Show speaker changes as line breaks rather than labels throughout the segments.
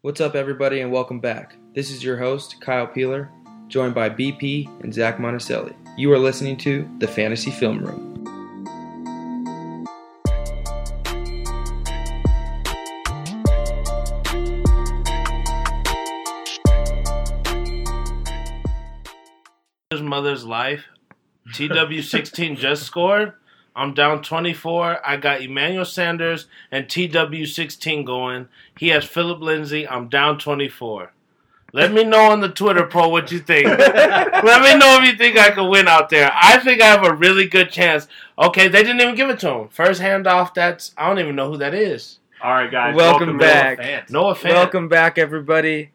What's up, everybody, and welcome back. This is your host, Kyle Peeler, joined by BP and Zach Monticelli. You are listening to The Fantasy Film Room.
his mother's life. TW16 just scored. I'm down 24. I got Emmanuel Sanders and TW16 going. He has Philip Lindsay. I'm down 24. Let me know on the Twitter poll what you think. Let me know if you think I could win out there. I think I have a really good chance. Okay, they didn't even give it to him. First handoff, that's, I don't even know who that is.
All right, guys.
Welcome back.
fans.
No offense.
Welcome back, everybody.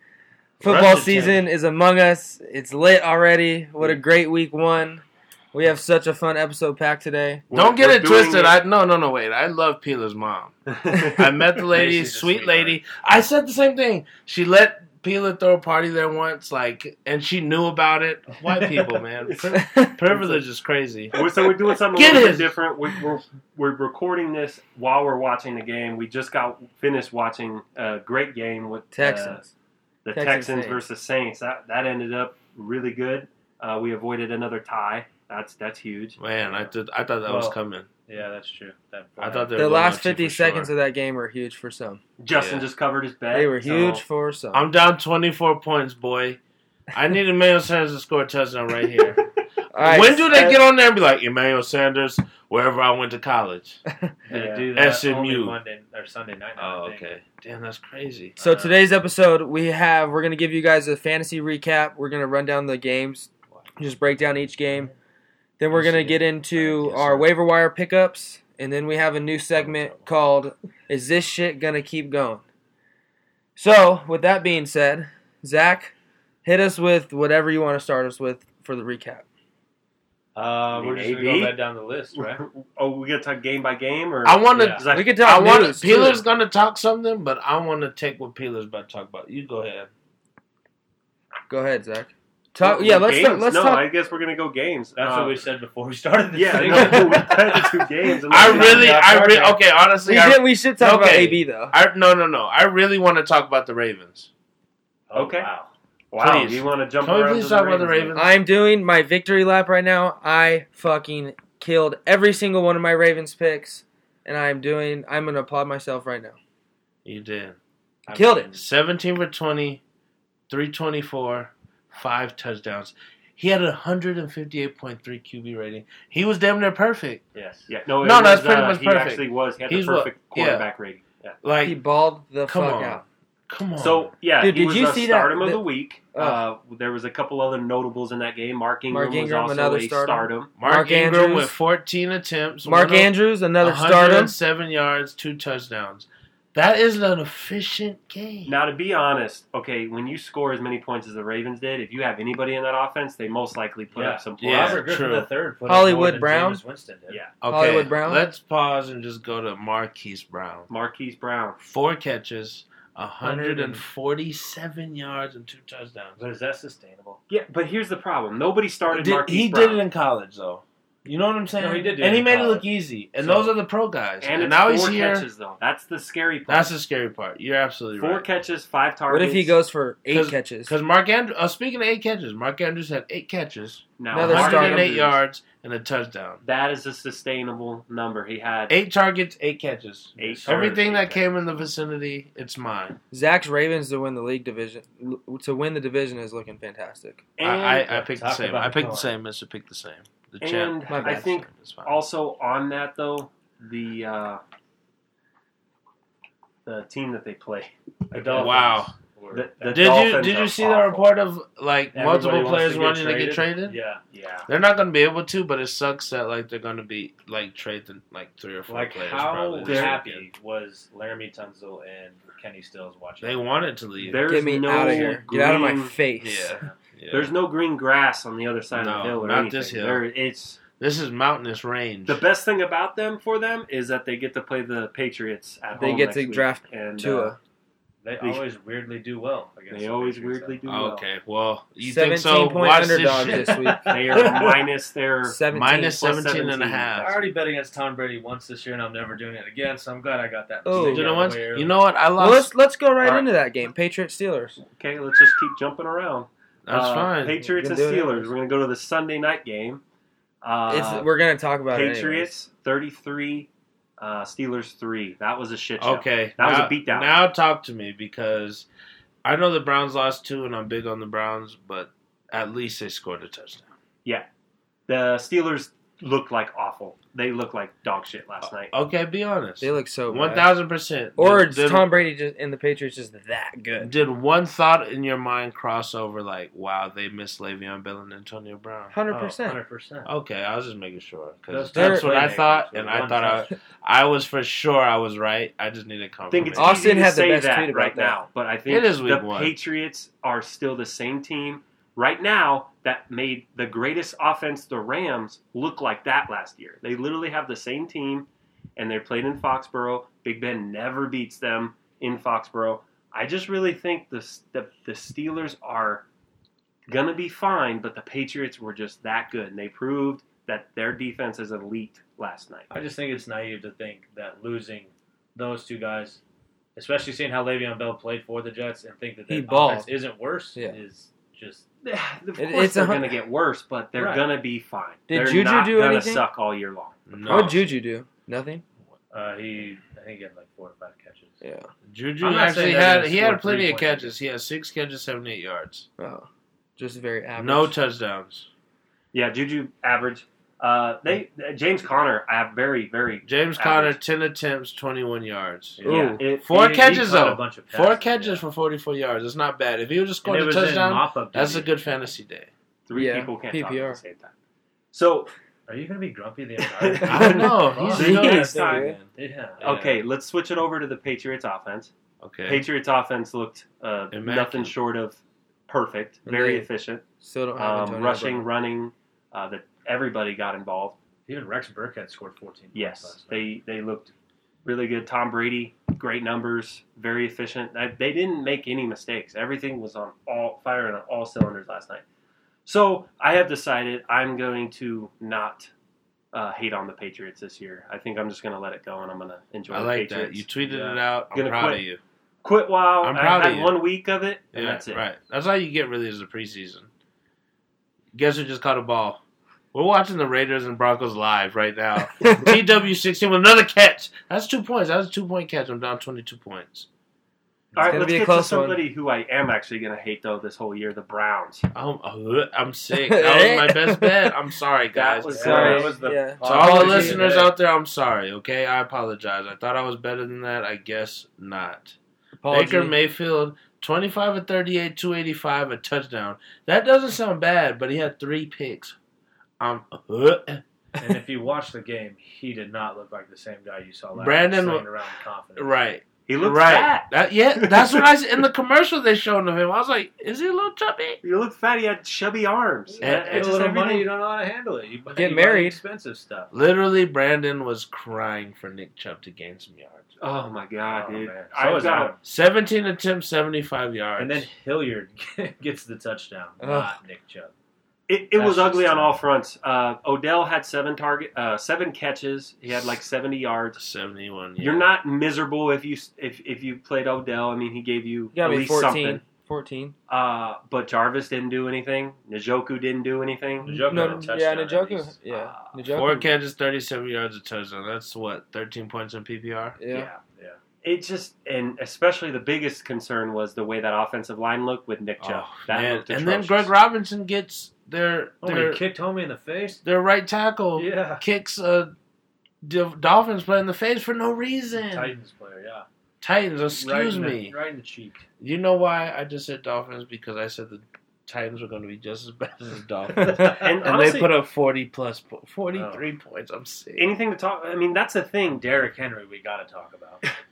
Football
Russian
season is among us. It's lit already. What a great week one. We have such a fun episode packed today.
Don't get
We're
it
doing
twisted. I No, no, no, wait. I love Peeler's mom. I met the lady,
Macy's a
sweet
sweetheart.
lady. I said the same thing. She let Pila throw a party there once, like, and she knew about it. White people, man, Pri- privilege is crazy.
We're- so we're doing something
Get
a little
it.
bit different. We, we're we're recording this while we're watching the game. We just got finished watching a great game with uh,
Texans.
the
Texans
Texans,
Saints.
versus Saints. That that ended up really good. Uh, we avoided another tie. That's that's huge.
Man, I did. I thought that was
Well,
coming.
Yeah, that's true. That
I thought they were
The
going
last
up to
50
you for
seconds
sure.
of that game were huge for some.
Justin
Yeah.
just covered his bet.
They were
so-
huge for some.
I'm down 24 points, boy. I need Emmanuel Sanders to score a touchdown right here.
All right,
when do
uh,
they get on there and be like Emmanuel Sanders? Wherever I went to college.
they
Yeah.
do that
SMU.
only Monday or Sunday night. now,
Oh,
I think.
okay. Damn, that's crazy.
So
Uh,
today's episode, we have we're gonna give you guys a fantasy recap. We're gonna run down the games, just break down each game. Then we're gonna get into our waiver wire pickups, and then we have a new segment called "Is this shit gonna keep going?" So with that being said, Zach, hit us with whatever you want to start us with for the recap.
Uh, we're
mean,
just gonna
AB?
go right down the list, right?
Oh, we gonna talk game by game, or
I want to
Yeah.
Is that-
We could
I
talk
want
news.
to
too.
Peeler's gonna talk something, but I want to take what Peeler's about to talk about. You go ahead.
Go ahead, Zach. Talk.
Well,
Yeah, let's
games?
talk, let's
no,
talk.
I guess we're gonna go games.
That's
Uh,
what we said before we started this
Yeah,
thing.
no, we had the two games. and
I
then-
really,
Yeah,
I oh, really,
okay.
okay. Honestly,
we,
I,
did, we should talk about
Okay.
AB though.
I no, no, no. I really want to talk about the Ravens.
Oh,
Okay.
Wow.
Wow,
Please.
you want to jump
Can we
around
please
to
talk about the
Ravens?
Ravens?
I'm doing my victory lap right now. I fucking killed every single one of my Ravens picks, and I'm doing. I'm gonna applaud myself right now.
You did
I
Killed it.
seventeen for 20, 324, five touchdowns. He had a hundred and fifty-eight point three QB rating. He was damn near perfect.
Yes.
Yeah, no, it
No,
was,
that's pretty
uh,
much
he
perfect.
actually was. He had
He's
the
what-
perfect
yeah.
quarterback rating. Yeah.
He
Like,
balled the
come
fuck
on,
out.
come on.
So yeah,
Dude,
he
did
was
you
a
see that-
stardom of
that-
the week.
Oh.
Uh, there was a couple other notables in that game. Mark Ingram,
Mark Ingram,
was also
another
a
stardom.
stardom.
Mark,
Mark
Ingram
Andrews-
with fourteen attempts.
Mark
one o-
Andrews, another stardom.
107 yards, two touchdowns. That is an efficient game.
Now to be honest, okay, when you score as many points as the Ravens did, if you have anybody in that offense, they most likely put
Yeah.
up some points.
Yeah,
Robert Griffin
true.
the third. put up
Hollywood
more than
Brown?
Jameis Winston did.
Yeah.
okay,
Hollywood Brown?
Let's pause and just go to Marquise Brown.
Marquise Brown.
Four catches, 147 yards, and two touchdowns.
But is that sustainable?
Yeah, but here's the problem: nobody started
Did-
Marquise
he
Brown.
did it in college, though. You know what I'm saying?
No, he did do
and
it
he
in
made it look
college.
easy. And
So-
those are the pro guys.
and
And,
it's
now he's
four
here.
catches though. That's the scary part.
That's the scary part. You're absolutely
four
right.
catches, five
What
targets.
if he goes for eight
'Cause-
catches?
Because Mark Andrews, uh, speaking of eight catches, Mark Andrews had eight catches,
now?
Another
Mark
108
stardom.
Andrews,
yards, and a touchdown.
That is a sustainable number. He had
Eight targets, eight catches.
eight.
Everything that
targets.
came in the vicinity, it's mine.
Zach's Ravens to win the league division. To win the division is looking fantastic.
I,
And-
I, I picked the
Talk
same.
about
I picked the
God.
same. Mister picked the same. The champ.
And
My
I
bad.
think
It's fine.
also on that though, the uh, the team that they play.
The Dolphins
Wow.
were-
The, the
Did you
Dolphins
did
are
you see the
awful.
report of like
Everybody
multiple
wants
players
to get
wanting to get traded?
Yeah.
Yeah.
They're not going to be able to, but it sucks that like they're going to be like trading like three or four
Like
players.
how
probably this weekend.
happy was Laramie Tunzel and Kenny Stills watching?
they wanted to leave.
There's
Get me
no
out of here. Get out of my
green-
face.
yeah. yeah.
There's no green grass on the other side
No,
of the hill or
not
anything.
this hill.
There- it's
this is mountainous range.
the best thing about them for them is that they get to play the Patriots at
They
home
get
next
to
week.
draft
and,
Tua.
uh,
They
They-
always weirdly do well against.
They
the
always
Patriots,
weirdly do well.
Oh, Okay, well, you think
17
so?
point
Watch
underdog
this shit.
this week.
They are minus their.
17.
Minus
Plus
17 and a
17.
though.
half.
I already bet against Tom Brady once this year, and I'm never doing it again. So I'm glad I got that.
Oh.
mistake
You know
out
what?
of the way
You
early.
know what? I
Well,
lost.
let's let's go right
All right.
into that game. Patriots Steelers.
Okay, let's just keep jumping around.
That's
Uh,
fine.
Patriots
Been
and
doing it.
Steelers. We're going to go to the Sunday night game.
it's
Uh,
we're gonna talk about it anyways.
Patriots 33, uh, Steelers 3. That was a shit show.
Okay,
That was a
now-
beatdown.
Now talk to me because I know the Browns lost two, and I'm big on the Browns, but at least they scored a touchdown.
The Steelers looked like awful. They looked like dog shit last night.
Okay, be honest.
They look so
One
bad.
thousand percent.
Or
did,
is Tom Brady just and the Patriots just that good?
did one thought in your mind cross over like, wow, they missed Le'Veon Bell and Antonio Brown?
Hundred
Oh,
percent.
100%.
Okay, I was just making sure because
Those
that's
two
what I
playmakers
thought,
were
and I
one
thought I, I was for sure I was right. I just needed
I think
confirmation.
it's
Austin
easy to
had the
say
best
that
tweet about
right
that.
now, but I think
It is
the
week one.
Patriots are still the same team right now that made the greatest offense, the Rams, look like that last year. They literally have the same team, and they played in Foxborough. Big Ben never beats them in Foxborough. I just really think the the, the Steelers are gonna be fine, but the Patriots were just that good, and they proved that their defense is elite last night.
I just think it's naive to think that losing those two guys, especially seeing how Le'Veon Bell played for the Jets, and think that
He
the
balled.
offense isn't worse
Yeah.
is just
Yeah, of
It-
course
it's a
they're
hun-
going to get worse, but they're
Right.
going to be fine.
Did
they're
Juju
not
do
gonna
anything?
suck all year long.
No,
What would Juju do? Nothing.
uh, he. I think he had like four or five catches.
Yeah.
Juju
I'm not
actually
saying they're
had
gonna
he
score
had plenty
three
of
points.
catches. He had six catches, seventy eight yards,
Oh, just very average.
no touchdowns.
Yeah, Juju average. Uh, they uh, James Conner I have very very
James Conner,
Average.
ten attempts, twenty one yards,
Yeah.
yeah,
Ooh.
it-
four
He- he
catches
caught
though,
a bunch of
four
passes,
catches
yeah.
for forty four yards. It's not bad. If he would just
And
scored
it
a
was in
touchdown,
mop-up
that's a
duty.
good fantasy day.
three
Yeah,
people can't talk at
PPR.
the same time. So
Are you gonna be grumpy the entire time?
I don't know.
Fuck.
He's-
Yeah.
next
time.
Yeah.
okay, let's switch it over to the Patriots offense.
Okay,
Patriots offense looked uh,
Immaculate.
nothing short of perfect,
And
very
they
efficient,
Still don't have
um,
Antonio
rushing,
Brown.
running. Uh, that everybody got involved.
Even Rex Burkhead scored 14. points
Yes,
last night.
they they looked really good. Tom Brady, great numbers, very efficient. I, they didn't make any mistakes. Everything was on all firing on all cylinders last night. So I have decided I'm going to not uh, hate on the Patriots this year. I think I'm just going to let it go and I'm going to enjoy
I
the
like that.
Patriots.
You tweeted
Yeah.
it out. I'm
Gonna
proud
quit.
of you.
Quit while
I'm
i
proud of
had
you.
one week of it, and
Yeah,
that's it.
right. That's all you get really is the preseason. Guess who just caught a ball? We're watching the Raiders and Broncos live right now. TW16 with another catch. That's two points. That was a two point catch. I'm down 22 points.
All right,
gonna
let's
be a
get to
close one.
somebody who I am actually going to hate though this whole year, the Browns.
I'm, I'm sick. That was my best bet. I'm sorry, guys.
That was
Sorry.
that was the-
yeah.
to all the
Apologies.
listeners out there, I'm sorry. Okay, I apologize. I thought I was better than that. I guess not.
Apology.
Baker Mayfield, 25 of 38, 285, a touchdown. That doesn't sound bad, but he had three picks. Um,
and if you watch the game, he did not look like the same guy you saw last
Brandon-
night. slinging around with confidence.
right,
He looked
right.
fat.
That- yeah, that's what I s- in the commercial they showed of him. I was like, is he a little chubby?
He looked fat. He had chubby arms.
And-
That-
Pay
it's just
a little money,
everything-
you don't know how to handle it. You buy-
Get
you buy the
married.
Expensive stuff.
Literally, Brandon was crying for Nick Chubb to gain some yards.
Oh my god,
Oh,
dude!
man. So
I've
was
got
Adam.
17 attempts, 75 yards.
And then Hilliard gets the touchdown,
Ugh.
not Nick Chubb.
It, it was
That's
ugly
just
on
tough.
all fronts. Uh, Odell had seven target, uh, seven catches. He had like seventy yards.
71.
You're
yeah.
not miserable if you if if you played Odell. I mean, he gave you
You gotta be
at least
14.
something.
14.
Uh, but Jarvis didn't do anything. Njoku didn't do anything.
Njoku
No,
had a touchdown
yeah,
at
Njoku.
least.
Yeah,
Ah,
Njoku.
Four catches, 37 yards, a touchdown. That's what, 13 points in PPR?
Yeah.
Yeah.
It just and especially the biggest concern was the way that offensive line looked with Nick Chubb.
Oh,
that
man.
looked
And then
atrocious.
Greg Robinson gets their
Oh,
their,
he kicked homie in the face.
their right tackle,
Yeah.
kicks a Dol- Dolphins player in the face for no reason.
Titans player, yeah.
Titans,
Right
excuse
in the-
me.
right in the cheek.
You know why I just said Dolphins? Because I said the Titans were going to be just as bad as the Dolphins.
and
And-
and they
Honestly-
put up 40 plus, po- 43 points. I'm sick.
Anything to talk? I mean, that's the thing.
Derrick Henry, we got to talk about.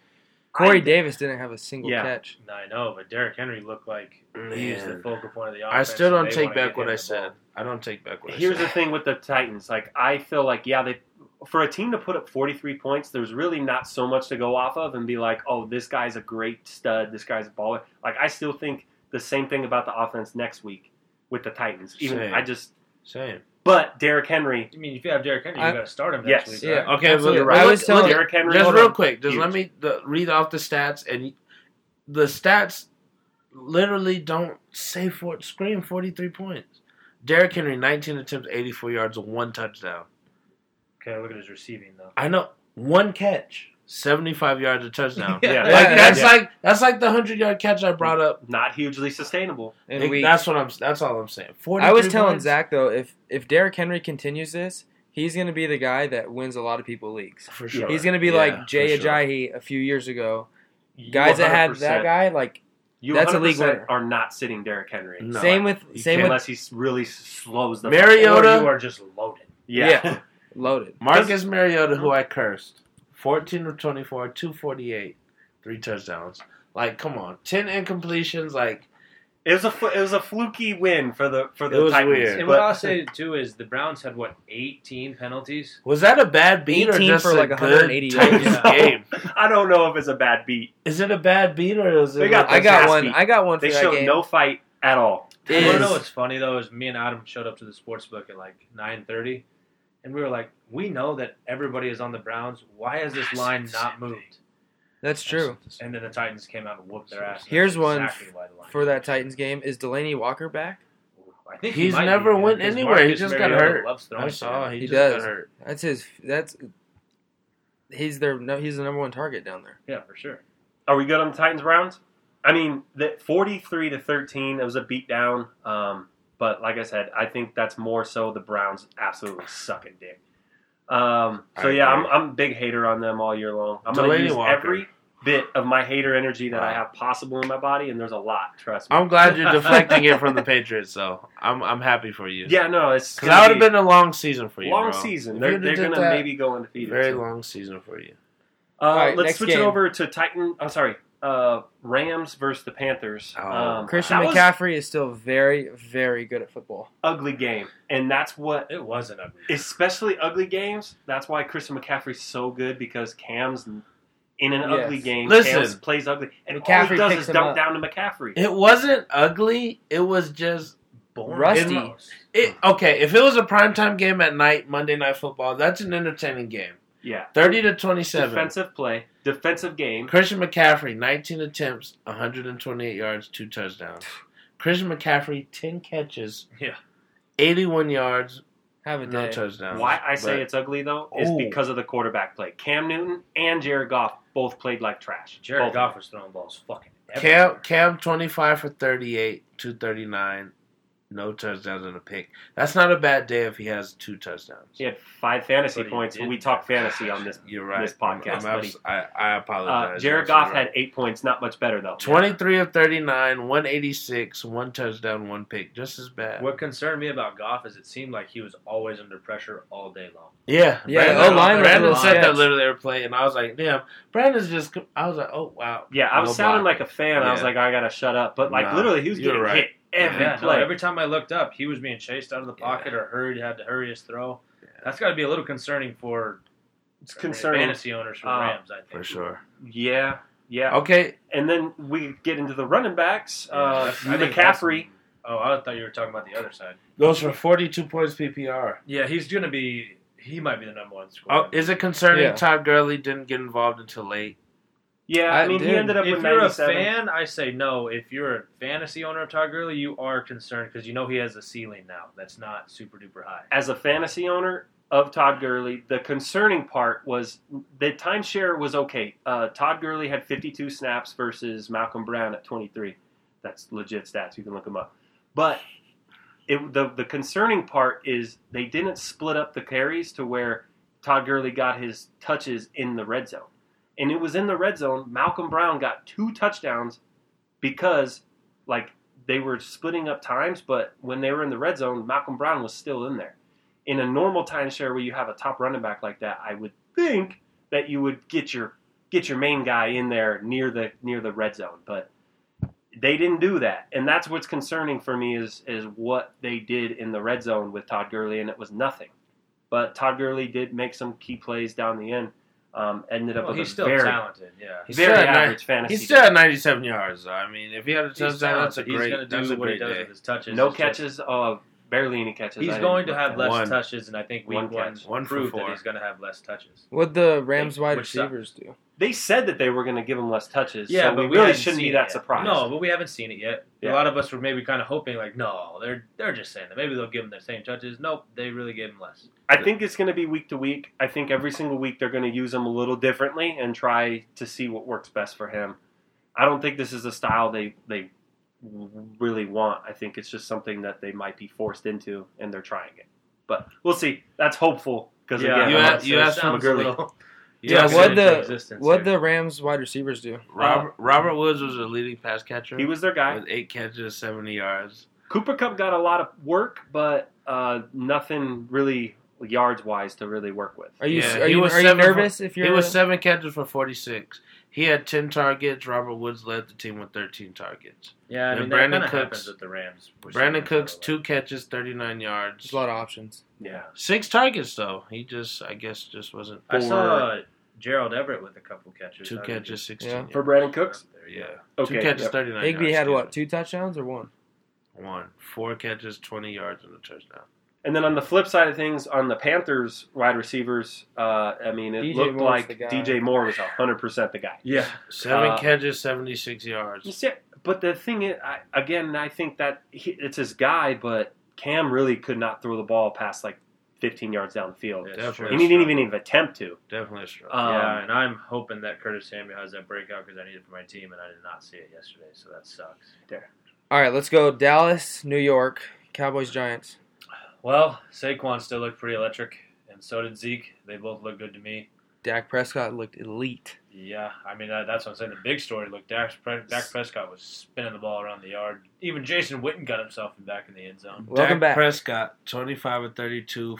Corey
I-
Davis didn't have a single
Yeah.
catch.
I know, but Derrick Henry looked like he was the
Man.
focal point of the
I
offense.
still
and
don't
they
take
wanna
back
get
what
him
I
the ball.
said. I don't take back what I
Here's
said.
the thing with the Titans. Like I feel like yeah, they for a team to put up 43 points, there's really not so much to go off of and be like, oh, this guy's a great stud. This guy's a baller. Like, I still think the same thing about the offense next week with the Titans. Even
Same.
I just,
Same.
but Derrick Henry,
I mean, if you have Derrick Henry,
I-
you got to start him
Yes,
next week.
yeah.
right?
Okay, but
Absolutely.
look-
I was telling-
look,
Derrick Henry,
just
hold
real
on.
quick, just
Huge.
let me the, read off the stats, and the stats literally don't say for scream forty three points. Derrick Henry, nineteen attempts, eighty four yards, one touchdown.
Okay, look at his receiving though.
I know one catch, seventy five yards, a touchdown.
Yeah.
Like
Yeah.
that's like that's like the hundred yard catch I brought up.
not hugely sustainable.
And
Like,
we,
that's what I'm. That's all I'm saying.
I was
43
telling
points?
Zach though, if if Derrick Henry continues this, he's going to be the guy that wins a lot of people leagues.
for sure.
He's going to be
Yeah,
like Jay
for sure.
Ajayi a few years ago.
You
Guys that had
100%,
that guy, like
you
that's a league
100%
winner.
are not sitting Derrick Henry.
No,
same
I-
with
you
same with
Unless he s- really s- slows the
Mariota-
Or you are just loaded.
Yeah.
Yeah. loaded.
Marcus Mariota, who I cursed, 14 of 24, 248, three touchdowns. Like, come on. 10 incompletions. Like,
It was a fl- it was a fluky win for the for
It
the
was
Titans.
weird.
And
but-
what I'll say too is the Browns had what 18 penalties.
was that a bad beat or
18
just
for,
a
like,
good
180
Titans
yards.
game?
I don't know if it's a bad beat.
Is it a bad beat or is it?
They got
like
I
a-
got
ass
one.
beat.
I got one for
They
that
showed
game.
no fight at all.
I
Is-
want to know what's funny though is me and Adam showed up to the sports book at like 9:30, and we were like, we know that everybody is on the Browns. Why has this line not moved?
that's true.
And then the Titans came out and whooped their ass. and
Here's
that's
one
exactly why the line
For that Titans game, is Delaney Walker back?
I think
He's
might
never
be,
went
because
anywhere. He
Marcus
just got
Mariota
hurt.
Loves throwing
That's all. He,
He
just
does.
got hurt.
That's his. That's he's their. No, he's the number one target down there.
Yeah, for sure.
Are we good on the Titans Browns? I mean, the forty-three to thirteen. It was a beatdown. Um, but like I said, I think that's more so the Browns absolutely sucking dick. Um, so
I
yeah, I'm,
agree.
I'm a big hater on them all year long. I'm going to
Delaney
use
Walker.
every bit of my hater energy that I
Wow.
have possible in my body, and there's a lot. Trust me.
I'm glad you're deflecting it from the Patriots, though. I'm, I'm happy for you.
yeah, no, it's
Because
gonna
that would
be
have been a long season for you.
long
bro.
season.
If
They're,
you'd
they're
have did
gonna
that,
maybe go undefeated.
Very
so.
long season for you.
Uh,
All right,
let's
next
switch it
game.
over to Titan. I'm sorry, uh, Rams versus the Panthers.
Oh.
um,
Christian
that was
McCaffrey is still very, very good at football.
ugly game, and that's what,
It was an ugly.
especially ugly games. That's why Christian McCaffrey's so good because Cam's in an ugly
Yes.
game.
Listen.
Cam's plays ugly, and all he
McCaffrey
does
picks
is
him
dump
up.
down to McCaffrey.
It wasn't ugly. It was just
Boring.
Rusty.
Almost.
It, okay, if it was a primetime game at night, Monday Night Football, that's an entertaining game.
yeah,
30 to 27.
defensive play, defensive game.
Christian McCaffrey, 19 attempts, 128 yards, two touchdowns. Christian McCaffrey, 10 catches,
Yeah.
81 yards,
Have a
no
day.
touchdowns.
Why I say
But
it's ugly though is
Oh.
because of the quarterback play. Cam Newton and Jared Goff both played like trash.
Jared
Both.
Goff was throwing balls fucking. everywhere.
Cam, Cam, 25 for 38, 239, no touchdowns and a pick. That's not a bad day if he has two touchdowns.
He had five fantasy
But he
points, and
didn't.
we talk fantasy on this
You're right.
This podcast,
I'm abs- I, I apologize.
Uh, Jared
You're
Goff
absolutely right.
had eight points, not much better though.
23 of 39, 186, one touchdown, one pick. Just as bad.
What concerned me about Goff is it seemed like he was always under pressure all day long.
Yeah.
Yeah,
Brandon,
the O-line was
Brandon
a
said
sketch.
that literally every play, and I was like, damn. Brandon's just, I was like, oh, wow.
Yeah, I was
No
sounding
block.
like a fan. I was
Yeah.
like, I gotta shut up. But like
Nah,
literally, he was
you're
getting
right.
hit every
Yeah, no,
play.
every time I looked up, he was being chased out of the
Yeah.
pocket or hurried, had to hurry his throw. That's got to be a little concerning for
it's concerning.
fantasy Oh. owners for
Uh,
the Rams. I think
For sure.
Yeah, yeah.
Okay.
And then we get into the running backs. Uh,
That's- I think that's-
McCaffrey.
Oh, I thought you were talking about the other side.
Goes for 42 points PPR.
Yeah, he's gonna be. He might be the number one scorer.
Oh, is it concerning
Yeah.
Todd Gurley didn't get involved until late?
Yeah, I,
I-
mean, he
dude,
ended up
if
with
you're a
97.
fan, I say no. If you're a fantasy owner of Todd Gurley, you are concerned because you know he has a ceiling now that's not super duper high.
As a fantasy owner of Todd Gurley, the concerning part was the timeshare was okay. Uh, Todd Gurley had 52 snaps versus Malcolm Brown at 23. That's legit stats. You can look them up. But it, the the concerning part is they didn't split up the carries to where Todd Gurley got his touches in the red zone, and it was in the red zone. Malcolm Brown got two touchdowns because like they were splitting up times, but when they were in the red zone, Malcolm Brown was still in there. In a normal timeshare where you have a top running back like that, I would think that you would get your get your main guy in there near the near the red zone, but they didn't do that, and that's what's concerning for me is is what they did in the red zone with Todd Gurley, and it was nothing. But Todd Gurley did make some key plays down the end. Um, ended up
Well,
with
he's
a
still
very,
talented. Yeah.
He's
very
still at nine-
average fantasy.
He's still at 97 yards. though. I mean, if he had a
He's
touchdown,
talented.
that's a
He's
great.
gonna do
that's a
what
great
he does
day.
with his touches.
no
It's just-
catches, uh, barely any catches. I
He's
didn't
going to
look
have
that
less
One.
touches, and I think week
One
one,
catch.
One for
proved
four.
that he's going to have less touches.
What the Rams
Hey,
wide
which sucks.
receivers do?
They said that they were going to give him less touches. so we, really
haven't
shouldn't
seen
be
it
that
yet.
surprised.
No, but we haven't seen it yet.
Yeah.
A lot of us were maybe kind of hoping, like, no, they're they're just saying that maybe they'll give him the same touches. Nope, they really gave him less.
I think it's going to be week to week. I think every single week they're going to use him a little differently and try to see what works best for him. I don't think this is a style they they really want. I think it's just something that they might be forced into, and they're trying it. But we'll see. That's hopeful because again,
you
I'm
had-
not
you
so
asked
sure.
from
sounds a
McGurley.
little.
Yeah,
talking
what
into
the-
existence
What
there.
the Rams wide receivers do?
Robert, Robert Woods was a leading pass catcher.
he was their guy.
with eight catches, 70 yards.
Cooper Cup got a lot of work, but uh, nothing really yards wise to really work with.
Are you
Yeah,
are
he
you,
was
are you
seven for-
nervous if you're
He was seven catches for 46. He had 10 targets. Robert Woods led the team with 13 targets.
Yeah, I
And
mean,
Brandon
that kind of
Cooks-
happens with the Rams.
Brandon Cooks,
too.
two catches, 39 yards.
There's a lot of options.
Yeah.
Six targets, though. He just, I guess, just wasn't.
I saw uh, Gerald Everett with a couple catches.
Two
I mean,
catches, 16.
Yeah.
yards.
For Brandon Cooks?
There you
Yeah.
go.
Okay.
two catches,
yep.
39
Higby
yards.
had what?
Excuse
Two touchdowns or one?
me. One. Four catches, 20 yards, and a touchdown.
And then on the flip side of things, on the Panthers wide receivers, uh, I mean, it
DJ
looked
Moore's the
like
guy.
DJ Moore was 100% the guy.
Yeah.
Seven
Uh,
catches, 76 yards.
You see, but the thing is, I, again, I think that he, it's his guy, but Cam really could not throw the ball past like 15 yards down the field.
Yeah,
Definitely.
and he didn't even, even attempt to.
Definitely a struggle.
Um,
yeah, and I'm hoping that Curtis Samuel has that breakout because I need it for my team, and I did not see it yesterday, so that sucks.
All right, let's go. Dallas, New York, Cowboys, Giants.
Well, Saquon still looked pretty electric, and so did Zeke. They both looked good to me.
Dak Prescott looked elite.
Yeah, I mean that, that's what I'm saying. The big story. Look, Dak, Pre- Dak Prescott was spinning the ball around the yard. Even Jason Witten got himself back in the end zone.
Welcome
Dak
back.
Prescott, 25 and 32,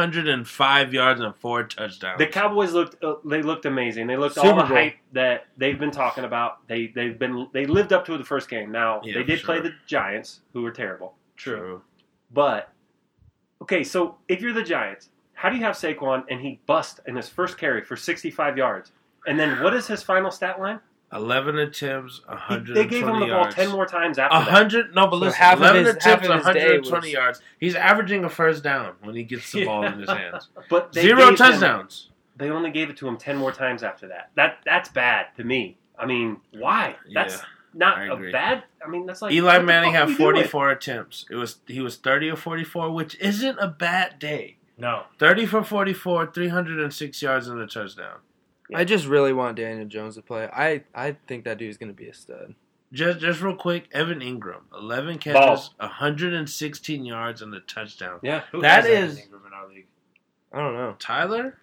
405 yards and four touchdowns.
The Cowboys looked uh, they looked amazing. They looked all
Super
the
Bowl.
hype that they've been talking about. They they've been they lived up to it the first game. Now
Yeah,
they
for
did play
sure.
the Giants, who were terrible.
True.
But okay, so if you're the Giants, how do you have Saquon and he busts in his first carry for 65 yards? And then what is his final stat line?
11 attempts,
He,
120
they gave him the ball
yards.
10 more times after
A
that.
hundred? No,
So
but listen,
half of
eleven
his- half
attempts,
of
one
his day
hundred and twenty
was-
yards. He's averaging a first down when he gets the ball in his hands.
But they
Zero
gave him-
touchdowns.
they only gave it to him 10 more times after that. That that's bad to me. I mean, why? That's
Yeah, I
not
agree.
a bad. I mean, that's like
Eli
what the
Manning
fuck
had
are we doing?
forty-four attempts. It was he was thirty or forty-four, which isn't a bad day.
No,
Thirty for forty-four, three hundred and six yards and a touchdown.
I just really want Daniel Jones to play. I, I think that dude's going to be a stud.
Just just real quick, Evan Ingram, eleven catches,
Balls.
hundred and sixteen yards and a touchdown.
Yeah.
Who
That
has Evan
is-
Ingram in our league.
I don't know.
Tyler,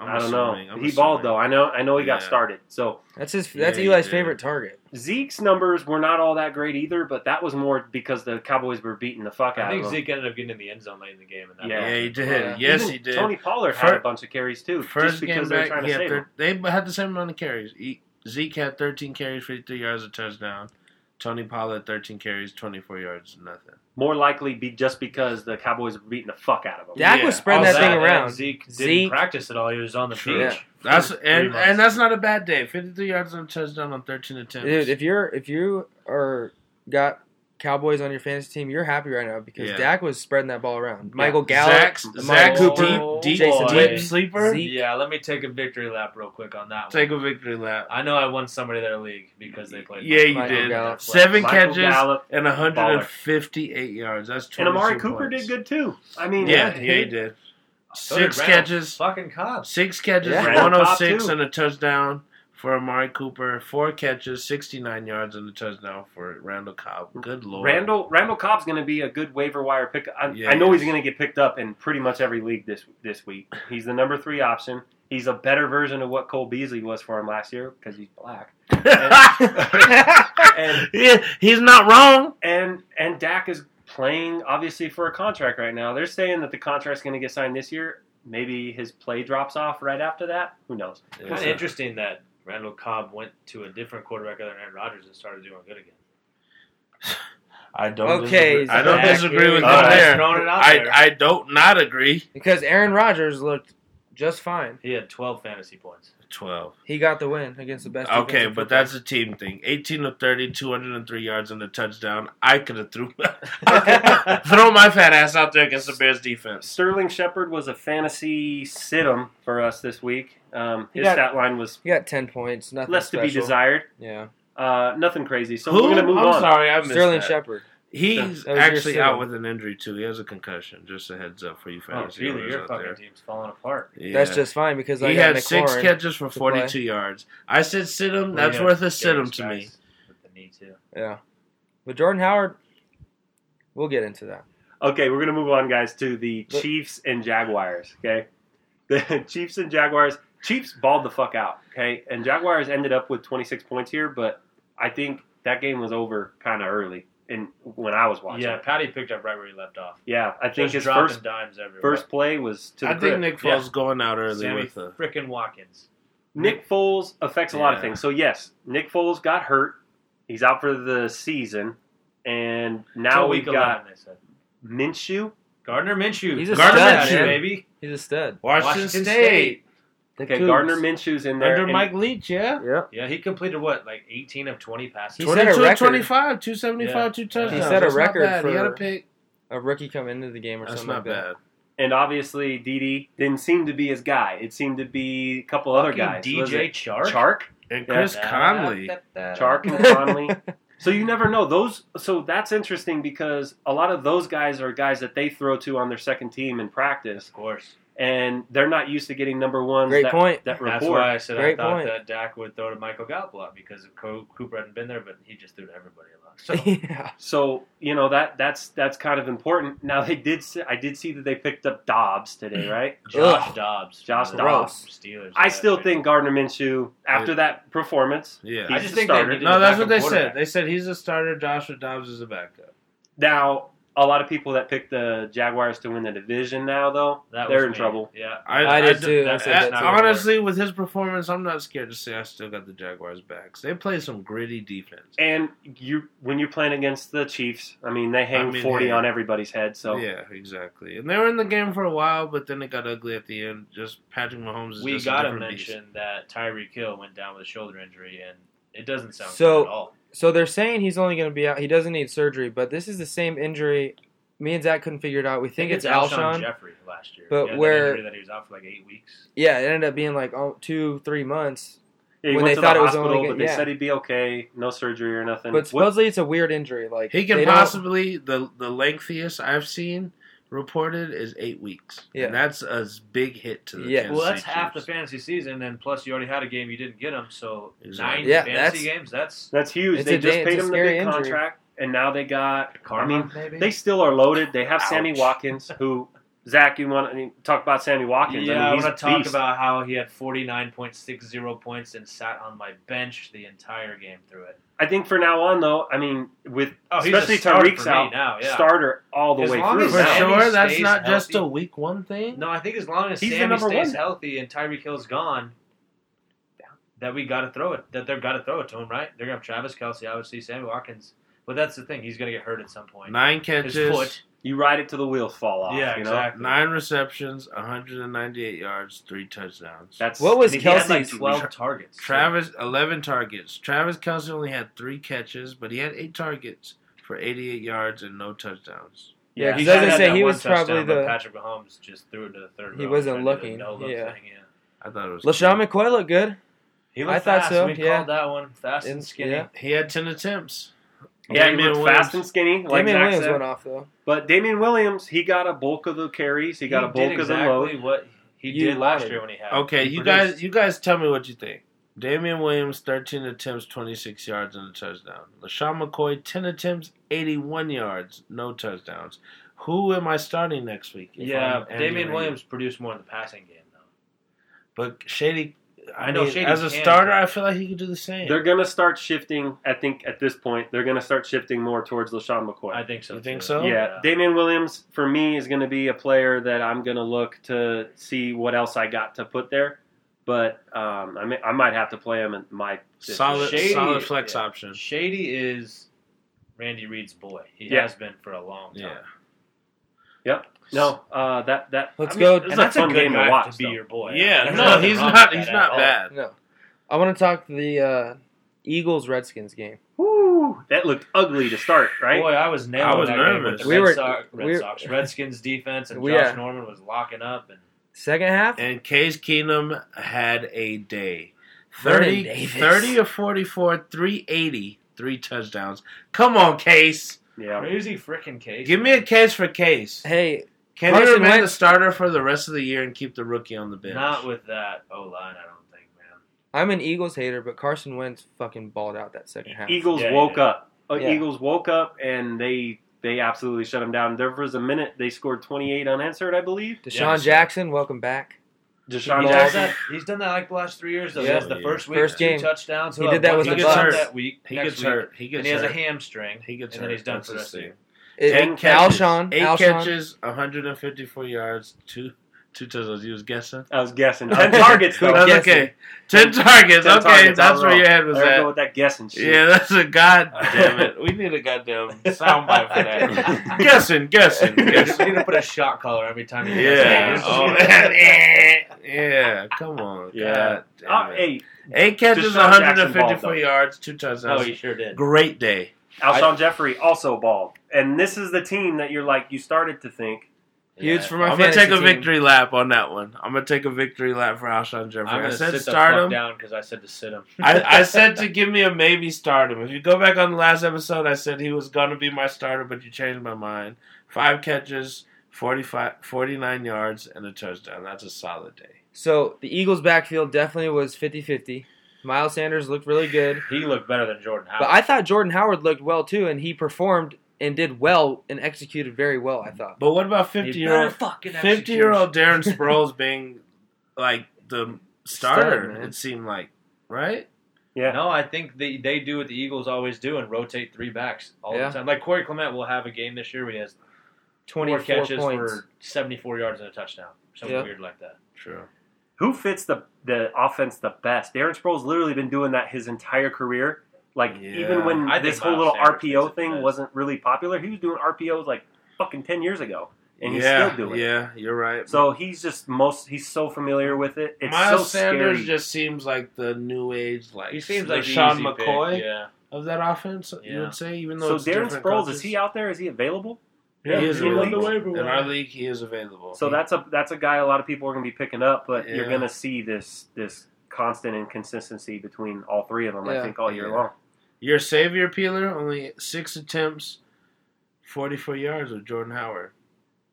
I don't know.
assuming, I'm
he balled
assuming.
though. I know. I know he got
Yeah.
started. So
That's his. That's
Yeah, he
Eli's
did.
favorite target.
Zeke's numbers were not all that great either, but that was more because the Cowboys were beating the fuck out
I think
of them.
Zeke ended up getting in the end zone late in the game, and that
Yeah.
Yeah, he did.
Yeah.
Yes,
Even
he did.
Tony Pollard had
Fir-
a bunch of carries too,
First
just
game
because they were
back,
trying
he
to
had
save
thir-
him.
they had the same amount of carries. E- Zeke had 13 carries, 53 yards, a touchdown. Tony Pollard 13 carries, 24 yards, nothing.
More likely be just because the Cowboys were beating the fuck out of him.
Dak
Yeah,
was spreading
All
that thing
and
around.
Zeke didn't
Zeke-
practice at all. He was on the
True.
beach.
Yeah.
That's
Three
and,
months.
and that's not a bad day. 53 yards and a touchdown on 13 attempts.
Dude, if you're if you are got Cowboys on your fantasy team, you're happy right now because
Yeah.
Dak was spreading that ball around. Michael Gallup,
Zach's,
Amari
Zach
Cooper,
deep, deep,
Jason
deep
Witten,
sleeper.
Zeke.
Yeah, let me take a victory lap real quick on that one.
Take a victory lap.
I know I won somebody their league because they played.
Yeah, you
Michael
did.
Gallup.
Seven
Michael
catches
Gallup
and 158 yards. That's 22
and Amari Cooper
points.
did good too. I mean,
Yeah,
that-
yeah, he did.
Third
Six
round.
catches,
Fucking cops.
Six catches,
Yeah.
Random top
106
two.
and a touchdown for Amari Cooper. Four catches, 69 yards and a touchdown for Randall Cobb. Good lord.
Randall Randall Cobb's going to be a good waiver wire pick. I,
Yeah,
I know
he
he's
is.
going to get picked up in pretty much every league this this week. He's the number three option. He's a better version of what Cole Beasley was for him last year because he's black. And
Yeah, he's not wrong.
and and Dak is playing obviously for a contract right now. They're saying that the contract's going to get signed this year. Maybe his play drops off right after that. Who knows?
Kind of interesting that Randall Cobb went to a different quarterback other than Aaron Rodgers and started doing good again.
I don't.
Okay,
disagree. I don't
Zach,
disagree
here
with
we
you
go.
I'm just
there.
throwing Oh, it out
I
there.
I don't not agree.
Because Aaron Rodgers looked just fine.
he had 12 fantasy points.
Twelve.
He got the win against the best. defense
Okay,
in
but
football.
that's a team thing. 18 of 30, 203 yards and a touchdown. I could have threw throw my fat ass out there against the Bears defense.
Sterling Shepard was a fantasy sit 'em for us this week. Um,
He
his
got-
stat line was
he got ten points. Nothing
less to
special.
be desired.
Yeah,
Uh, nothing crazy. So
Who?
we're gonna move
I'm
on.
sorry, I missed
Sterling
that.
Shepard.
He's
That was your
actually
Sterling.
out with an injury too. He has a concussion. Just a heads up for you
Oh,
fantasy
really?
owners
Your
out
fucking
there.
team's falling apart.
Yeah.
That's just fine because I
he
got
had
McLaurin.
six catches for
to play.
42 yards. I said sit him. That's
Yeah,
worth a sit him
Gary's
to me.
guys With the knee too.
Yeah, but Jordan Howard. We'll get into that.
Okay, we're gonna move on, guys, to the
But-
Chiefs and Jaguars. Okay, the Chiefs and Jaguars. Chiefs balled the fuck out. Okay, and Jaguars ended up with 26 points here, but I think that game was over kind of early. And when I was watching,
Yeah, Patty picked up right where he left off.
yeah, I think
Just
his
dropping
first
dimes everywhere.
first play was to the
I think
crib.
Nick Foles
Yeah.
going out early
Sammy
with uh, a.
frickin' Watkins.
Nick Foles affects a lot of
Yeah.
things. So yes, Nick Foles got hurt. He's out for the season, and now
Till
we've
week
got
11, they said.
Minshew.
Gardner Minshew.
He's a
Gardner
stud,
Minshew.
man.
baby.
He's a stud.
Washington,
Washington
State,
State.
The
Okay,
Cougs.
Gardner Minshew's in there.
under
and-
Mike Leach, yeah.
Yeah,
Yeah, he completed what, like 18 of 20 passes.
He set a
22
record.
25, 275,
Yeah.
two touchdowns.
He
set a
That's not
record
bad. He had a
for-
pick.
a rookie come into the game or
That's
something
not
like that.
bad.
and obviously DD didn't seem to be his guy. It seemed to be a couple other guys. Was
DJ
it
Chark.
Chark,
And
Yeah.
Chris Conley.
Chark, and Conley. so you never know those. So that's interesting because a lot of those guys are guys that they throw to on their second team in practice,
Of course.
and they're not used to getting number ones.
Great
that,
point.
That
That's
report.
why I said
Great
I thought
point.
that Dak would throw to Michael Gallup a lot because of Co- Cooper hadn't been there, but he just threw to everybody a lot. So
yeah.
So you know that that's that's kind of important. Now they did. s- I did see that they picked up Dobbs today, right?
Josh
Ugh.
Dobbs.
Josh
from the
Dobbs.
Steelers.
I still think Gardner Minshew after
Yeah.
that performance.
Yeah.
I
He's
just
the
think
starter.
they needed
no,
a
that's what
backup
they said.
quarterback.
They said he's a starter. Joshua Dobbs is a backup.
Now a lot of people that picked the Jaguars to win the division now though
That was
they're in
me.
trouble.
Yeah.
I did
d-
too.
I
that-
said that
that-
too.
Uh, honestly, with his performance, I'm not scared to say I still got the Jaguars' backs. They play some gritty defense.
And you when you're playing against the Chiefs, I mean they hang
I mean,
forty
hey.
on everybody's head. So
Yeah, exactly. And they were in the game for a while, but then it got ugly at the end. Just Patrick Mahomes is
we
just
got
a
to
different beast.
mention that Tyreek Hill went down with a shoulder injury, and it doesn't sound
So-
good at all.
So they're saying he's only going to be out. He doesn't need surgery, but this is the same injury. Me and Zach couldn't figure it out. We think it's Alshon.
Jeffrey last year.
but
yeah,
where-
that, injury that he was out for like eight weeks.
Yeah, it ended up being like oh, two, three months.
Yeah, he
When
went
they
to
thought
the
it was
hospital,
only-
but they
yeah.
said he'd be okay, no surgery or nothing.
But
What-
supposedly it's a weird injury. Like
He
they
can
don't-
possibly the the lengthiest I've seen reported is eight weeks.
Yeah.
and that's a s- big hit to the
Yeah.
Kansas
Well, that's
City
half the
Chiefs.
fantasy season, and plus you already had a game you didn't get him, so
Exactly.
nine
Yeah,
fantasy
that's-
games. That's
that's huge.
It's
They
a
just
da-
paid
it's a
him the
scary
big
injury.
contract, and now they got.
karma.
I mean,
maybe
they still are loaded. They have Sammy
Ouch.
Watkins, who Zach, you want to talk about Sammy Watkins?
Yeah,
I
I
mean,
want
he's
to talk
beast.
about how he had 49.60 points and sat on my bench the entire game through it.
I think for now on though, I mean, with
Oh, he's
especially
a starter
Tyreek's
for me
out,
now, yeah.
starter all the
As
way
long
through.
as
For
now.
Sammy
sure, that's
stays
not just a
healthy.
week one thing.
No, I think as long as
He's the
Sammy
number
stays
one.
healthy and Tyreek Hill's gone, that we got to throw it. That they've got to throw it to him, right? They're gonna have Travis Kelsey, obviously Sammy Watkins, but that's the thing. He's gonna get hurt at some point.
Nine
His
catches,
foot.
You ride it till the wheels fall off.
yeah,
you know?
exactly.
nine receptions, 198 yards, three touchdowns.
That's
What was
And he
Kelsey's-
had like 12 targets.
Travis, 11 targets. Travis Kelsey only had three catches, but he had eight targets for 88 yards and no touchdowns.
Yeah,
He
he doesn't
had
say
that
he
one
was probably
touchdown, but
the-
Patrick Mahomes just threw it to the third.
He
row
wasn't
and tried to do a
looking,
no-look
yeah.
thing, yeah.
I thought it was.
LaShawn McCoy looked good.
He looked
I thought
fast.
so,
We
yeah.
called that one fast and
Didn't-
skinny.
yeah.
He had 10 attempts.
Yeah, he
Damian
looked
Williams-
fast and skinny, like
Damian
Zach
Williams
said.
went off though.
But Damian Williams, he got a bulk of the carries. He got a bulk
did
of the
exactly
load.
what he
You
did last
wanted.
year when he had.
Okay,
he
you
produced.
guys, you guys, tell me what you think. Damian Williams, 13 attempts, 26 yards and a touchdown. LaShawn McCoy, 10 attempts, 81 yards, no touchdowns. Who am I starting next week? if
Yeah,
I'm Andy
Damian
Reid?
Williams produced more in the passing game though.
But Shady, I,
I know
know
Shady
as a
can,
starter,
but-
I feel like he could do the same.
They're gonna start shifting. I think at this point, they're gonna start shifting more towards LaShawn McCoy.
I think so.
You think
too.
so?
yeah, Damian Williams for me is gonna be a player that I'm gonna look to see what else I got to put there. But um, I may, I might have to play him in my
solid,
Shady-
solid flex
yeah.
option.
Shady is Randy Reed's boy. He
Yeah.
has been for a long time.
Yeah.
No, uh, that that
Let's
I mean,
go.
It's
And
a
that's a
fun
good
game
guy
to watch.
to be
though.
your boy.
Yeah,
There's
no,
nothing
he's
wrong with
not.
that
He's
at
not
all.
bad.
No, I want to talk the uh, Eagles Redskins game.
Woo, that looked ugly to start, right?
Boy, I was nailing
I was
that game with
nervous.
the
We
Red,
were-
Sox, Red
we were-
Sox, Redskins defense, and
We-
Josh
yeah.
Norman was locking up. And
Second half,
And Case Keenum had a day.
Vernon
30,
Davis.
30 or 44, 380, three touchdowns. Come on, Case.
yeah.
crazy freaking case.
Give me a case for Case.
hey,
Can he
Carson
remain the
Wentz-
starter for the rest of the year and keep the rookie on the bench?
Not with that O line, I don't think, man.
I'm an Eagles hater, but Carson Wentz fucking balled out that second half.
Eagles
Yeah,
woke
yeah.
up. Uh,
Yeah.
Eagles woke up and they they absolutely shut them down. There was a minute they scored 28 unanswered, I believe.
Deshaun
Yeah, so-
Jackson, welcome back.
Deshaun
He
Ball.
does
Jackson.
that. He's done that like the last three years. Though
Yeah.
he has the first week,
First
two
game.
touchdowns.
He
He'll
did
have
that
one
with
the
touchdown
Bucks.
that week.
He
next
gets
week,
hurt. He gets
and he has
hurt.
a hamstring.
he gets
and then
hurt.
he's done
That's
for the
the
rest of
thing.
the year.
It-
Ten
catches,
Alshon,
eight
Alshon.
catches, 154 yards, two two touchdowns. You was guessing.
I was guessing. 10 targets, though.
That's
guessing.
okay. Ten targets.
Ten
okay,
targets
that's where
overall.
your head was
There we go
at.
with that guessing shit.
Yeah, that's a goddamn it. We need a goddamn soundbite for that. guessing, guessing,
we need to- we
guessing.
need to put a shot collar every time. he does
Yeah.
that.
Oh, yeah. yeah. Come on.
Yeah.
God damn
Oh,
it.
hey,
Eight catches,
Deshaun Jackson balled,
154
though.
yards, two touchdowns.
Oh, he sure did.
Great day.
Alshon Jeffrey also balled. And this is the team that you're like, you started to think,
Huge
Yeah.
for my
I'm gonna
fantasy
take a
team.
victory lap on that one. I'm gonna take a victory lap for Alshon Jeffrey.
I'm
I
gonna
said
sit the
start
fuck
him.
down because I said to sit him.
I, I said to give me a maybe start him. If you go back on the last episode, I said he was gonna be my starter, but you changed my mind. Five catches, 45, 49 yards, and a touchdown. That's a solid day.
So the Eagles backfield definitely was 50-50. Miles Sanders looked really good,
He looked better than Jordan Howard.
but I thought Jordan Howard looked well too, and he performed and did well and executed very well. I thought.
But what about
He
fifty year
better
old
fucking execute.
fifty year old Darren Sproles being like the starter?
man.
it seemed like right.
yeah.
No, I think they, they do what the Eagles always do and rotate three backs all
Yeah.
the time. Like Corey Clement will have a game this year where he has
Twenty
four catches
points.
for seventy four yards and a touchdown. Something
Yeah.
weird like that.
True.
Who fits the, the offense the best? Darren Sproles literally been doing that his entire career. Like, even
Yeah.
when
I think
this whole
Miles
little
Sanders fits
RPO
it
thing
best.
wasn't really popular, he was doing RPOs like fucking 10 years ago. And he's
yeah,
still doing it.
Yeah, you're right.
So he's just most, he's so familiar with it. It's
Miles
so
Sanders
scary.
just seems like the new age, like
He seems like the
Sean
easy pick,
McCoy
Yeah.
of that offense. You
Yeah.
would say, even
So
though it's
Darren
different
Sproles,
coaches.
is he out there? Is he available?
He
Yeah,
is
he's on the
available.
waiver
in
wire.
our league. He is available.
So
He-
that's a that's a guy a lot of people are going to be picking up, but you're
Yeah.
going to see this this constant inconsistency between all three of them. I
Yeah.
think all year
Yeah.
long.
your savior peeler only six attempts, forty four yards with Jordan Howard.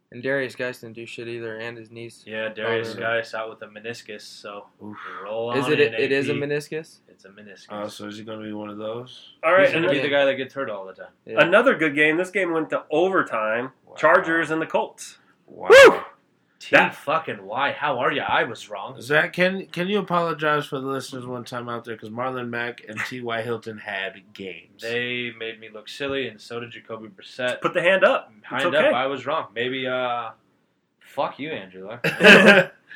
And Darius guys didn't do shit either, and his knees.
Yeah, Darius
Bummer.
Geis out with a meniscus, so we
Oof.
roll on
Oh, Is it?
in,
It is a
AP.
meniscus.
It's a meniscus.
Uh, so is he going to be one of those?
All
He's
right,
gonna
and
be the guy that gets hurt all the time.
Yeah.
another good game. This game went to overtime.
Wow.
Chargers and the Colts.
Wow.
Woo!
T
That-
fucking why? How are you? I was wrong.
Zach, can can you apologize for the listeners one time out there because Marlon Mack and T. Y. Hilton had games.
They made me look silly, and so did Jacoby Brissett.
Put the hand up. It's
Hind
okay.
up, I was wrong. Maybe uh, fuck you, Andrew Luck.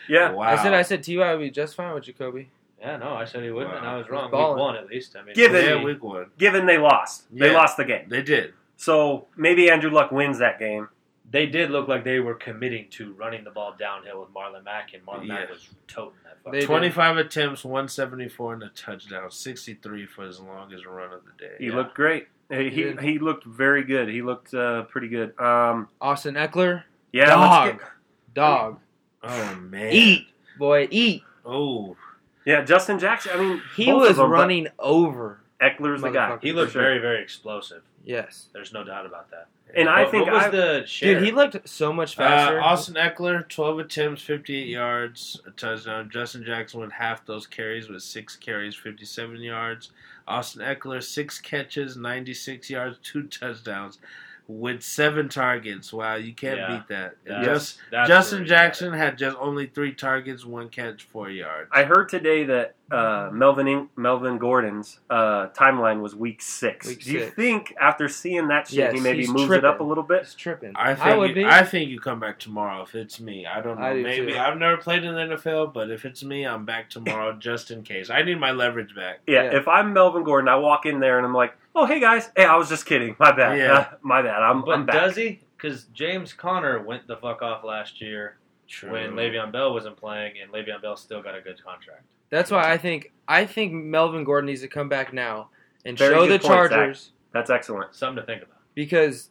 Yeah.
Wow.
I said I said Ty would be just fine with Jacoby.
Yeah, no, I said he wouldn't, and
Wow.
I was wrong.
He's
Week
balling.
one, at least. I mean,
Give it.
yeah,
we-
week one.
Given they lost, they
Yeah.
lost the game.
They did.
So maybe Andrew Luck wins that game.
they did look like they were committing to running the ball downhill with Marlon Mack, and Marlon Mack
Yeah.
was toting that. Fucking
They did.
25 attempts, 174 and a touchdown, 63 for his longest run of the day.
He
Yeah.
looked great. He he,
did.
he looked very good. He looked uh, pretty good. Um,
Austin Eckler,
yeah.
Dog.
Let's get,
dog,
Oh man.
eat, boy, eat.
Oh,
yeah. Justin Jackson. I mean,
He
both of
was
them, but
running over.
Eckler's the guy.
Motherfucker.
he
for
looked
sure.
very, very explosive.
Yes,
There's no doubt about that.
And I
What-
think
what was
I,
the share?
dude, he looked so much
Uh,
faster.
Austin Eckler, 12 attempts, 58 yards, a touchdown. Justin Jackson with half those carries with six carries, 57 yards. Austin Eckler, six catches, 96 yards, two touchdowns with seven targets. Wow, you can't
Yeah.
beat that.
That's-
Just,
that's where
Justin
he got it.
Jackson had just only three targets, one catch, four yards.
I heard today that uh, Melvin In- Melvin Gordon's uh, timeline was week six.
Week
Do you
six.
think after seeing that shit,
Yes,
he maybe
he's
moves it
tripping.
up a little bit?
He's tripping.
I think
I would
you,
be.
I think you come back tomorrow if it's me. I don't know.
I do
Maybe
too.
I've never played in the NFL, but if it's me, I'm back tomorrow just in case. I need my leverage back.
Yeah,
Yeah.
If I'm Melvin Gordon, I walk in there and I'm like, oh hey guys, hey I was just kidding, my bad,
Yeah.
Uh, my bad, I'm, I'm
But
back.
does he? Because James Conner went the fuck off last year
True.
when Le'Veon Bell wasn't playing, and Le'Veon Bell still got a good contract.
That's why I think I think Melvin Gordon needs to come back now and
Very
show the
good point, Zach.
Chargers
That's excellent.
Something to think about.
because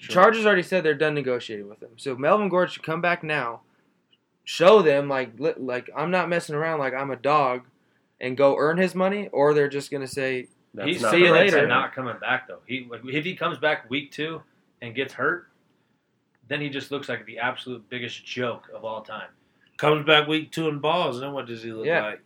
True.
Chargers already said they're done negotiating with him. So Melvin Gordon should come back now, show them like li- like I'm not messing around like I'm a dog, and go earn his money, or they're just gonna say
That's
He's
not
see you
right.
later.
Not coming back though. He if he comes back week two and gets hurt, then he just looks like the absolute biggest joke of all time.
Comes back week two and balls. Then what does he look
Yeah.
like?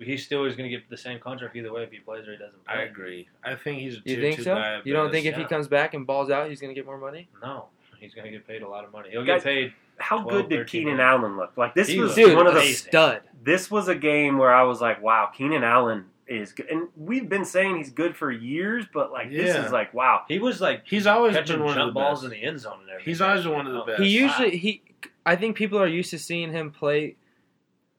He's still always going to get the same contract either way if he plays or he doesn't
I
play.
agree. I think he's a
you
tier
think
two
so.
guy. at
You don't
best.
think if he
yeah.
comes back and balls out, he's gonna get more money?
No, he's going to get paid a lot of money. He'll
Guys,
get paid.
How
12,
good did
13
Keenan
million.
Allen look? Like this
He
was
looked
Dude,
one of
a
the
amazing.
stud.
this was a game where I was like, wow, Keenan Allen is good. And we've been saying he's good for years, but like this
Yeah.
is like, wow.
He was like
He's always
catching
been one of the
jump balls
best.
in the end zone and everything. Oh,
He's always been one of the best.
He
Wow.
usually he. I think people are used to seeing him play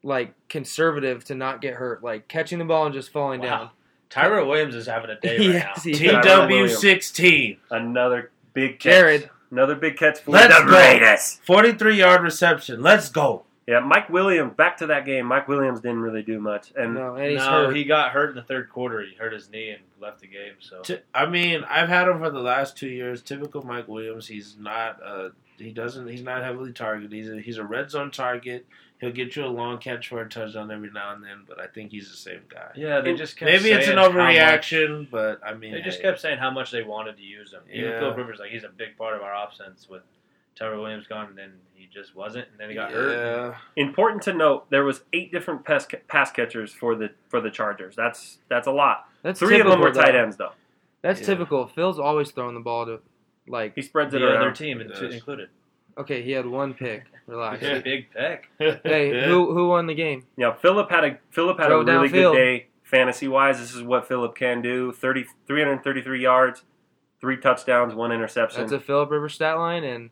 like conservative to not get hurt, like catching the ball and just falling
Wow. Tyra Williams is having a day
down.
right
Yes,
now.
he is.
TW16,
Another big catch.
Jared,
Another big catch for
Let's
the
go.
Raiders.
43 yard reception. Let's go.
Yeah, Mike Williams, back to that game. Mike Williams didn't really do much. And
no, and he's
no,
hurt.
he got hurt in the third quarter. He hurt his knee and left the game. So
T- I mean, I've had him for the last two years. Typical Mike Williams. He's not. Uh, he doesn't. He's not heavily targeted. He's a, he's a red zone target. He'll get you a long catch for a touchdown every now and then. But I think he's the same guy.
yeah, they
And
just kept
Maybe it's an
saying how much-
overreaction, but I mean,
They just
hey.
kept saying how much they wanted to use him. Even
Yeah.
Phil Rivers, like he's a big part of our offense with Tyra Williams gone, and then he just wasn't, and then he got hurt.
Yeah.
important to note, there was eight different pass, pass catchers for the for the Chargers. That's that's a lot.
That's
Three of them
typical,
were tight
though.
ends, though.
That's
Yeah.
typical. Phil's always throwing the ball to, like,
He spreads it
The other
around.
team in-
Yes.
included.
okay, he had one pick. Relax.
It's a big pick.
Hey, who who won the game?
Yeah, Philip had a Philip had
Throw
a really
downfield.
good day fantasy wise. This is what Philip can do: 30, 333 yards, three touchdowns, one interception.
That's a Philip Rivers stat line, and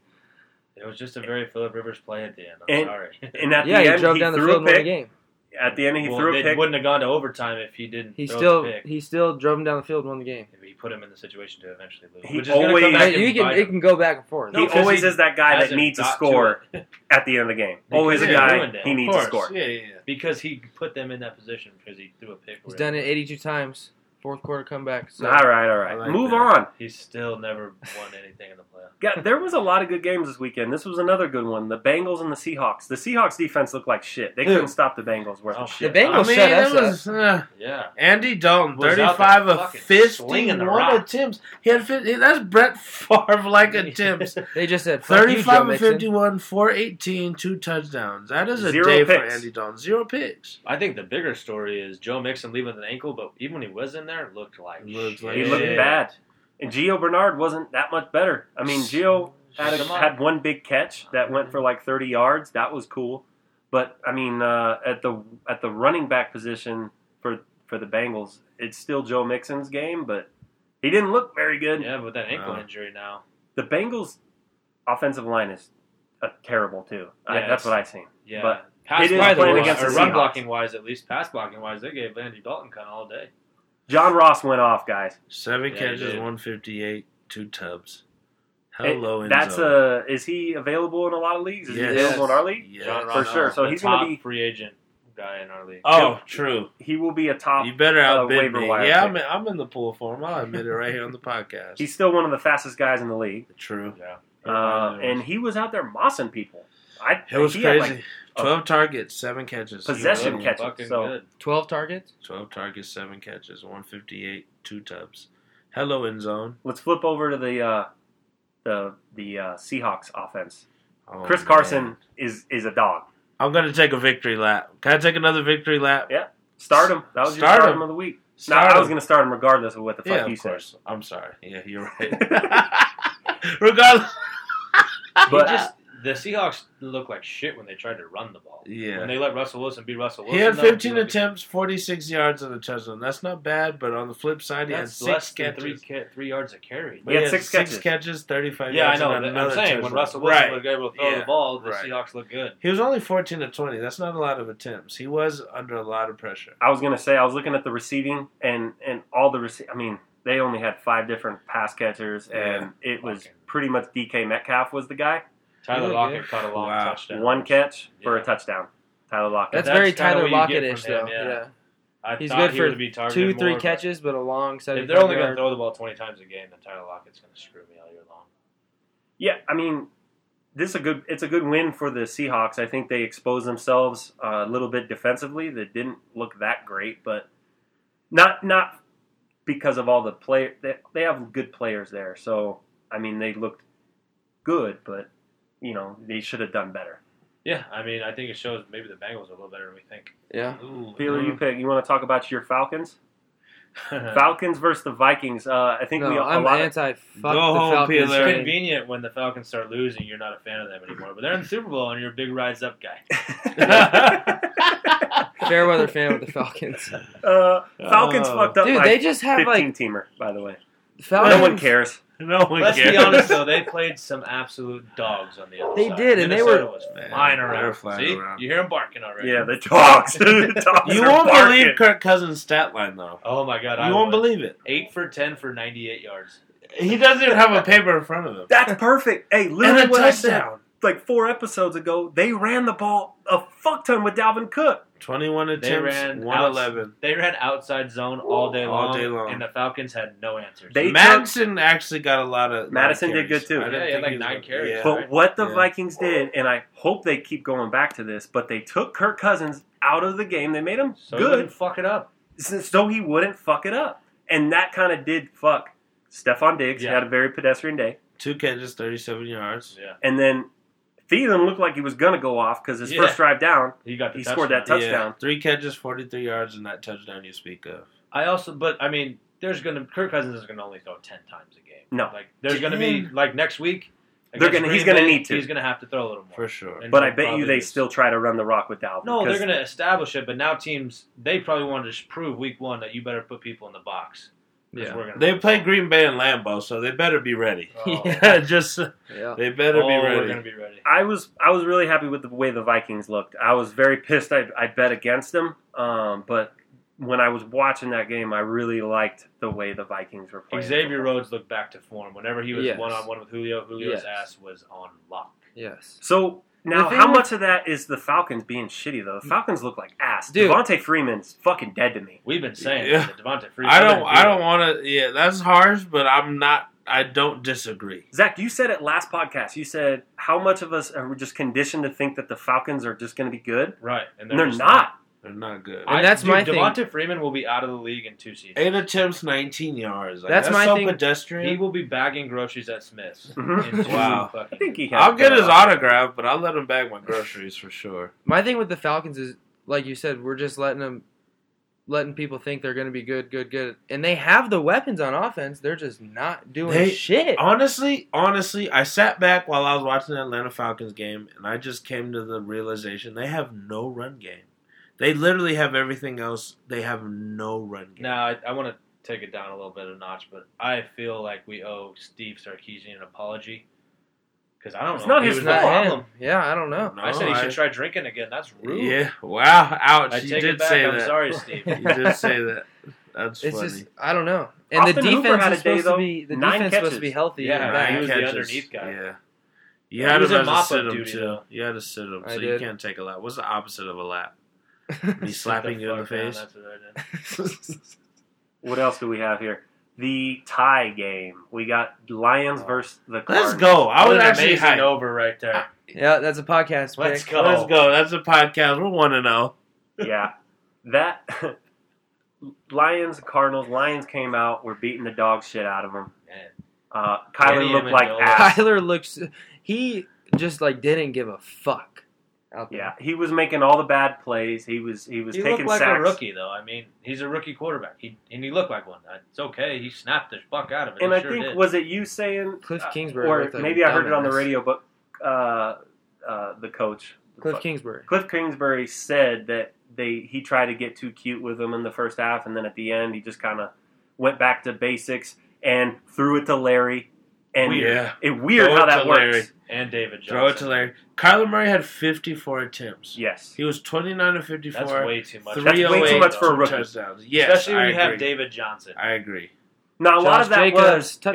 It was just a very Philip Rivers play at the end. I'm
And-
sorry.
and at
yeah,
the
he
end,
drove
he
down the
threw
field and
a
won the
pick.
game.
At the end, he
Well,
threw a
they
pick.
wouldn't have gone to overtime if he didn't.
He
throw
still
the pick.
he still drove him down the field and won the game.
If he put him in the situation to eventually lose.
He
which is gonna
always-
come
Yeah,
back and
you can
bite
it
him.
can go back and forth.
No,
he
because
always
he
is that guy that
hasn't
needs to
got to
score
it.
at the end of the game.
Because
Always a
he
guy
ruined it,
he
of
needs to
Of course.
score.
Yeah, yeah, yeah.
because he put them in that position because he threw a pick.
He's
where-
done it 82 times. Fourth quarter comeback. So
All right, all right.
I like
Move
that.
on.
He's still never won anything in the playoffs.
Yeah, there was a lot of good games this weekend. This was another good one. The Bengals and the Seahawks. The Seahawks defense looked like shit. They
Dude.
couldn't stop the Bengals worth
Oh,
of
the
shit.
I
Bengals
mean,
shut us
it
up.
was. uh,
Yeah.
Andy Dalton,
Was out there
35 of
fucking
51
slinging the rock.
attempts. He had 50, that's Brett Favre like attempts.
They just said Fuck you, Joe
35 of
Mixon.
51, 418, two touchdowns. That is a
Zero
day for
picks.
Andy Dalton. Zero picks.
I think the bigger story is Joe Mixon leaving with an ankle, but even when he was in there, looked like
Looked like
shit.
He looked
Yeah.
bad. And Gio Bernard wasn't that much better. I mean, Gio had, a,
Shut him up.
had one big catch that went for like 30 yards. That was cool. But I mean, uh, at the at the running back position for for the Bengals, it's still Joe Mixon's game, but he didn't look very good.
Yeah, with that ankle
Wow.
injury now,
The Bengals' offensive line is uh, terrible too. I,
Yeah,
that's
it's-
what I've seen.
yeah.
But
pass
it is
blocking
playing
wise-
against
or
the
run
Seahawks.
blocking wise, at least pass blocking wise, they gave Andy Dalton kind of all day.
John Ross went off, guys.
Seven
Yeah, he
catches,
did.
158, two tubs.
It-
Hello, end
that's
zone.
a. Is he available in a lot of leagues? Is
Yes.
he available in our league?
Yes.
John
for
Ross,
sure. So
the
he's
top
gonna be.
free agent guy in our league.
Oh, true.
He will be a top
You better outbid
Uh, waiver
me.
wire
Yeah,
pick.
I'm in, I'm in the pool for him. I'll admit it right here on the podcast.
He's still one of the fastest guys in the league,
true.
yeah.
uh, and he was out there mossing people. I
it was
he
crazy.
Had like
12 targets, seven catches.
Possession
He was
catch. catches,
Fucking
so-
good.
12 targets.
12 targets, 7 catches, 158, 2 tubs. Hello, end zone.
let's flip over to the uh, the the uh, Seahawks offense.
Oh,
Chris
man.
Carson is is a dog.
I'm going to take a victory lap. Can I take another victory lap?
Start him. That was your
Start
start
him.
of the week. No,
Start
I
him.
was going to start him regardless of what the fuck
yeah,
you
of
said.
course. I'm sorry. Yeah, you're right. Regardless.
But
he just the Seahawks looked like shit when they tried to run the ball. When
Yeah.
they let Russell Wilson be Russell Wilson,
He had
though, he
15
looked-
attempts, 46 yards, and a touchdown. That's not bad, but on the flip side, he had
That's
six
less than
catches.
three, ca- three yards a carry.
But
He had six catches.
35
Yeah, I
yards.
know.
and
I'm
another
saying when
touchdown.
Russell Wilson
Right.
was able to throw
Yeah.
the ball, the
Right.
Seahawks looked good.
He was only 14 to 20. That's not a lot of attempts. He was under a lot of pressure.
I was going to say I was looking at the receiving and and all the rece- I mean, they only had five different pass catchers, and it was
Lockett.
pretty much DK Metcalf was the guy.
Tyler
Yeah,
Lockett caught a long
Wow.
touchdown.
One catch for
Yeah.
a touchdown. Tyler Lockett.
That's,
That's
very
kinda
Tyler
what you get
Lockett ish,
from him,
though.
yeah.
Yeah.
I
He's
thought
good
he
for
would be
Two,
targeted
three
more, but
catches, but a long seven.
If they're only going to throw the ball twenty times a game, then Tyler Lockett's going to screw me all year long.
Yeah, I mean, this is a good. It's a good win for the Seahawks. I think they exposed themselves uh, a little bit defensively. That didn't look that great, but not not because of all the play. They, they have good players there, so I mean, they looked good, but you know, they should have done better.
Yeah, I mean, I think it shows maybe the Bengals are a little better than we think.
Yeah.
Ooh,
Peeler, you
Mm-hmm.
pick. You want to talk about your Falcons?
Falcons.
Falcons versus the Vikings. Uh, I think
No,
we a
I'm
lot. of-
anti. Fuck
Go
the
home,
Falcons.
Peeler.
train.
Convenient when the Falcons start losing, you're not a fan of them anymore. But they're in the Super Bowl, and you're a big rise up guy.
Fair weather fan with the Falcons.
uh, Falcons
Oh.
fucked up
Dude,
my
they just have
15
like
teamer. By the way,
Falcons.
no one cares.
No one
Let's
cares.
be honest though, they played some absolute dogs on the other
They
side.
did, and they
Minnesota
were-
was
Man,
flying
they
around.
were flying
See,
around.
you hear them barking already.
Yeah, the dogs. the dogs
You
are
won't
barking.
believe Kirk Cousins' stat line though.
Oh my god, I
You won't
would.
believe it.
eight for ten for ninety-eight yards.
He doesn't even have a paper in front of him.
That's perfect. Hey, literally
And a
what I said
touchdown.
like four episodes ago, they ran the ball a fuck ton with Dalvin Cook.
Twenty-one attempts,
They ran
one eleven.
They ran outside zone all day
All
long,
day long.
and the Falcons had no answers.
They
Madison actually got a lot of.
Madison
lot of
did
carries.
good, too.
I didn't
Yeah, he had
think
like
was-
nine carries.
yeah.
Right.
But what the
Yeah.
Vikings did, and I hope they keep going back to this, but they took Kirk Cousins out of the game. They made him
so good.
good
Wouldn't fuck it up.
s- so he wouldn't fuck it up. And that kind of did fuck Stephon Diggs.
Yeah.
He had a very pedestrian day.
Two catches, thirty-seven yards.
Yeah,
And then Thielen looked like he was going to go off because his
Yeah.
first drive down,
he got the
he scored that
touchdown.
Touchdown.
Three catches, forty-three yards, and that touchdown you speak of.
I also, but I mean, there's gonna Kirk Cousins is gonna only throw ten times a game.
No.
like there's gonna be like next week.
They're
against
gonna- he's
Green
gonna
Bay,
need to.
He's gonna have to throw a little more.
For sure.
And
but I
he'll
bet you
probably
they
lose.
still try to run the rock with Dalvin.
No, they're
because
going to establish it, but now teams they probably want to just prove week one that you better put people in the box. 'cause
Yeah.
we're gonna
They play Green Bay and Lambeau, so they better be ready.
Oh,
Yeah.
just
Yeah.
they better
oh,
be
We're
ready.
gonna be ready.
I was I was really happy with the way the Vikings looked. I was very pissed. I, I bet against them, um, but when I was watching that game, I really liked the way the Vikings were playing.
Xavier Rhodes looked back to form whenever he was
Yes.
one on one with Julio. Julio's
Yes.
ass was on lock.
Yes.
So now,
The thing
how
with-
much of that is the Falcons being shitty though? The Falcons look like ass.
Dude.
Devontae Freeman's fucking dead to me.
We've been saying
Yeah.
that Devontae Freeman.
I don't. I don't want to. Yeah, that's harsh, but I'm not. I don't disagree.
Zach, you said it last podcast. You said how much of us are just conditioned to think that the Falcons are just going to be good?
Right, and
And they're
just-
not.
They're not good.
And that's
dude,
my thing.
Devontae Freeman will be out of the league in two seasons.
Eight attempts, 19 yards. Like,
That's
that's,
my
so
thing.
He
pedestrian.
will be bagging groceries at Smith's.
Mhm.
in two
Wow.
I
fucking-
think he. Has
I'll get
good
his
odds.
autograph, but I'll let him bag my groceries for sure.
My thing with the Falcons is, like you said, we're just letting them, letting people think they're going to be good, good, good, and they have the weapons on offense. They're just not doing
They-
shit.
Honestly, honestly, I sat back while I was watching the Atlanta Falcons game, and I just came to the realization they have no run game. They literally have everything else. They have no run game.
No, I, I want to take it down a little bit a notch, but I feel like we owe Steve Sarkeesian an apology because I don't
It's
know.
not his
if he
It's
was the
not
fault.
problem.
him. Yeah, I don't know.
No,
I said he
I-
should try drinking again. That's rude.
Yeah. Wow. Ouch.
I
you
take
did
it back.
say
I'm
that.
sorry, Steve.
You did say that. That's
It's
funny.
just I don't know. And
Austin
the
Hooper
defense
had
is
a day,
supposed to
though.
be the
Nine
defense is supposed to be
catches.
healthy.
Yeah,
and
Nine
back.
he was the
catches.
underneath guy.
Yeah. You
He
had
was
him
in
as a
mop-up
sit him
duty,
too.
though.
You had to sit him,
I
so you
did.
can't take a lap. What's the opposite of a lap? Me
Sit
slapping you in the
fuck down,
face.
that's what I did.
What else do we have here? The tie game. We got Lions
Oh.
versus the Cardinals.
Let's go. I
That
was
was an
actually
amazing
hyped.
over right there.
yeah, that's a podcast.
Let's
pick.
go.
Let's go. That's a podcast. We're one and oh. zero.
yeah, that Lions Cardinals. Lions came out. We're beating the dog shit out of them.
Man.
Uh,
Danny
Kyler looked like
Amendola.
ass.
Tyler looks. He just like didn't give a fuck out there.
Yeah, he was making all the bad plays. He was he was
He looked
taking
like
sacks.
a rookie, though. I mean, he's a rookie quarterback. He and he looked like one. It's okay. He snapped the fuck out of it.
And
He
I
sure
think
did.
was it you saying,
Cliff
uh,
Kingsbury,
or
looked like a
maybe I heard it on the
dumbass.
radio, but uh, uh, the coach
Cliff Kingsbury.
Cliff Kingsbury said that they he tried to get too cute with them in the first half, and then at the end he just kind of went back to basics and threw it to Larry. And
Yeah.
it weird
Throw
how
it
that
to
works.
Larry.
and David Johnson.
Throw it to Larry. Kyler Murray had 54 attempts.
Yes,
He was 29 of 54.
That's way too much.
That's way too
308,
much for a
two
rookie.
touchdowns. Yes,
Especially when
I
you have
agree.
David Johnson.
I agree.
Now a lot
Josh
of that
Jacobs,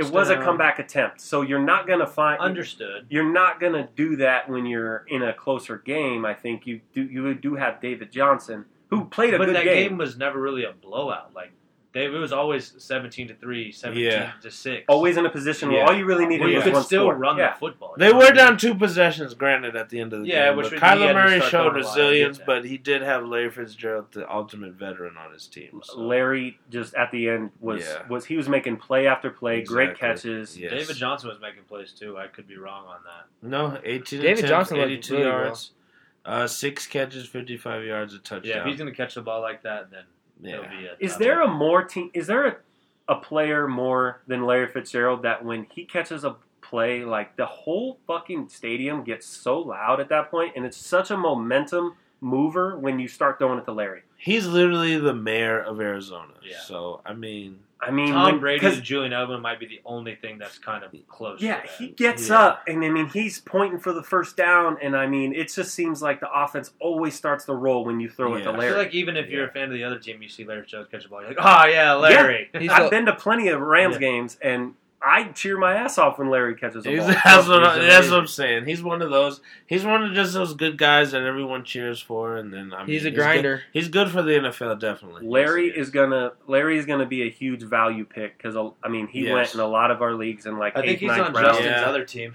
was it was a
touchdown.
comeback attempt. So you're not gonna find
Understood.
you're not going to do that when you're in a closer game. I think you do you do have David Johnson who played a
but
good
that
game.
game. was never really a blowout. Like they, it was always seventeen to three, 17
Yeah.
to six.
always in a position where
Yeah.
all you really needed
Where you
was
Yeah.
could
one
still
score.
run
yeah.
the football.
They were down two possessions, granted, at the end of the
Yeah,
game.
which
but
would- he had
Kyler
to
Murray showed
start throwing a lot.
resilience,
Yeah.
but he did have Larry Fitzgerald, the ultimate veteran, on his team. so-
Larry just at the end was
Yeah.
was he was making play after play, great
Exactly.
catches.
Yes.
David Johnson was making plays too. I could be wrong on that.
No, 18
David
attempts,
Johnson looked
82
really
yards. Uh, six catches, 55 yards, a touchdown.
Yeah, if he's going to catch the ball like that, then
Yeah.
it'll be a.
Is there a more team? Is there a, a player more than Larry Fitzgerald that when he catches a play, like the whole fucking stadium gets so loud at that point, and it's such a momentum mover when you start throwing it to Larry.
He's literally the mayor of Arizona.
Yeah.
So, I mean,
I mean,
Tom
when-
Brady
Mm-hmm. 'cause-
and Julian Edelman might be the only thing that's kind of close.
Yeah,
to that.
he gets
Yeah.
up, and I mean, he's pointing for the first down, and I mean, it just seems like the offense always starts to roll when you throw it
Yeah.
to
I
I feel
Larry.
like even if you're
Yeah.
a fan of the other team, you see Larry Fitzgerald catch the ball, you're like, oh yeah, Larry.
He's
I've
a-
been to plenty of Rams
Yeah.
games, and I cheer my ass off when Larry catches a
he's,
ball.
that's, what, I-
He's
that's what
amazing.
I'm saying. He's one of those. He's one of just those good guys that everyone cheers for. And then, I mean,
He's a
good-
grinder.
He's good, for the NFL, definitely.
Larry
Yes, he
is gonna Larry is gonna be a huge value pick because I mean he
Yes.
went in a lot of our leagues in like
I think
eighth,
he's
ninth
on
round.
Justin's
Yeah.
other team.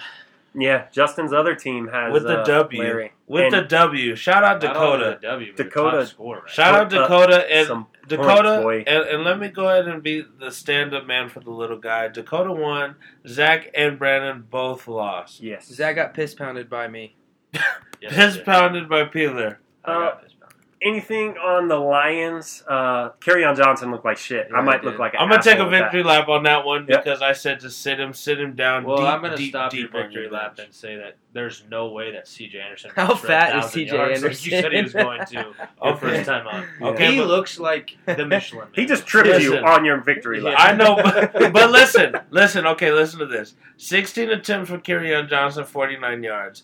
Yeah, Justin's other team has
With the
uh,
W.
Larry.
With
and
the W. Shout out
Not only
Dakota.
the W, but
Dakota-
Dakota top scorer, right?
Shout out
Put up
Dakota and
some
Dakota,
points, boy.
and, and let me go ahead and be the stand-up man for the little guy. Dakota won. Zach and Brandon both lost.
Yes,
Zach got piss pounded by me.
Yes, I
Piss
did.
pounded by Peeler.
I got piss pounded.
Uh, anything on the Lions? Uh, on Johnson looked like shit.
Yeah,
I
he
might
did.
look like an
I'm gonna take a
asshole with that.
victory lap on that one
Yep.
because I said to sit him, sit him down.
Well,
deep,
I'm going to
deep,
stop
deep
your
on
victory lap and say that there's no way that C.J. Anderson.
How
runs for
fat is
1,000
C.J.
yards like you said he was going
Anderson?
to. Your
Okay.
first time on.
Okay,
he
but-
looks like the Michelin. Man.
He just tripped you
Listen.
on your victory lap.
I know, but, but listen, listen. Okay, listen to this. 16 attempts for Kerryon Johnson, 49 yards.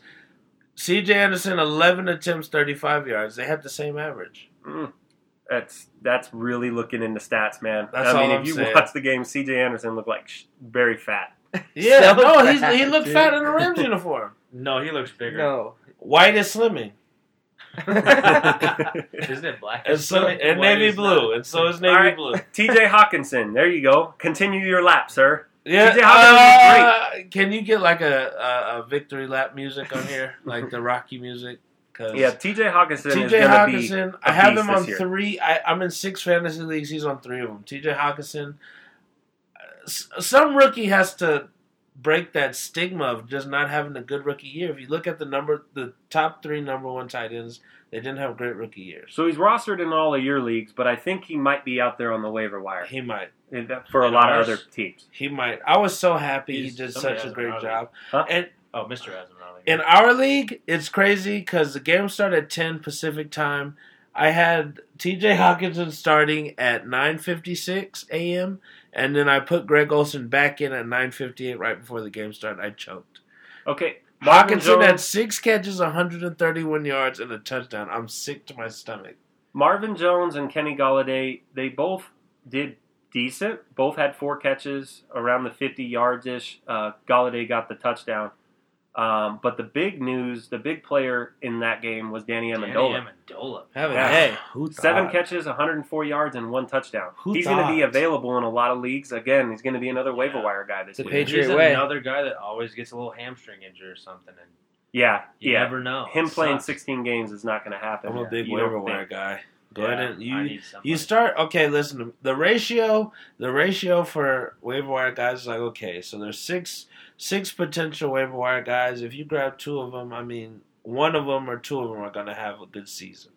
C.J. Anderson, 11 attempts, 35 yards. They had the same average.
Mm. That's that's really looking into stats, man.
That's
I mean,
all
if
I'm
you
saying.
watch the game, C.J. Anderson looked like sh- very fat.
Yeah,
So
no, he's,
fat,
he looked
dude.
fat in a Rams uniform.
no, he looks bigger.
No.
White is slimming.
Isn't it black?
And so
White
and navy
is
blue,
not.
and so is navy
All right.
blue.
T.J. Hawkinson, there you go. Continue your lap, sir.
Yeah.
TJ Hawkins
uh, can you get like a, a, a victory lap music on here, like the Rocky music? Cause
Yeah, T.J. Hawkinson is
TJ
going to be
Hawkinson, I have
beast
him on
this year.
three. I, I'm in six fantasy leagues. He's on three of them. TJ Hawkinson. uh, s- Some rookie has to break that stigma of just not having a good rookie year. If you look at the number, the top three number one tight ends, they didn't have great rookie years.
So he's rostered in all of your leagues, but I think he might be out there on the waiver wire
He might.
And that- for a
In
lot
ours?
of other teams.
He might. I was so happy
He's-
he did
somebody
such a
has
great
another
job.
Huh?
And
Oh, Mr. Asmonali.
in our league, it's crazy because the game started at 10 Pacific time. I had T.J. Hawkinson starting at 9:56 a.m. and then I put Greg Olson back in at 9:58 right before the game started. I choked.
Okay, Marvin
Hawkinson had
Jones,
six catches, 131 yards, and a touchdown. I'm sick to my stomach.
Marvin Jones and Kenny Galladay, they both did decent. Both had four catches around the 50 yards ish. Uh, Galladay got the touchdown. Um, but the big news, the big player in that game was Danny
Danny
Amendola.
Amendola.
Have a
Yeah.
day.
who thought?
Seven catches, 104 yards, and one touchdown.
Who
he's going to be
thought?
available in a lot of leagues. Again, he's going to be another waiver
Yeah.
wire guy
It's
this
a
week.
page- Patriot
He's
way.
another guy that always gets a little hamstring injury or something, and
Yeah,
you
yeah.
never know.
Him
It
playing
sucks.
16 games is not going to happen.
I'm a big
You don't
waiver wire
think.
guy. Go
Yeah,
ahead and you
I need somebody.
You start okay. Listen, to me. the ratio, the ratio for waiver wire guys is like okay. So there's six, six potential waiver wire guys. If you grab two of them, I mean, one of them or two of them are gonna have a good season.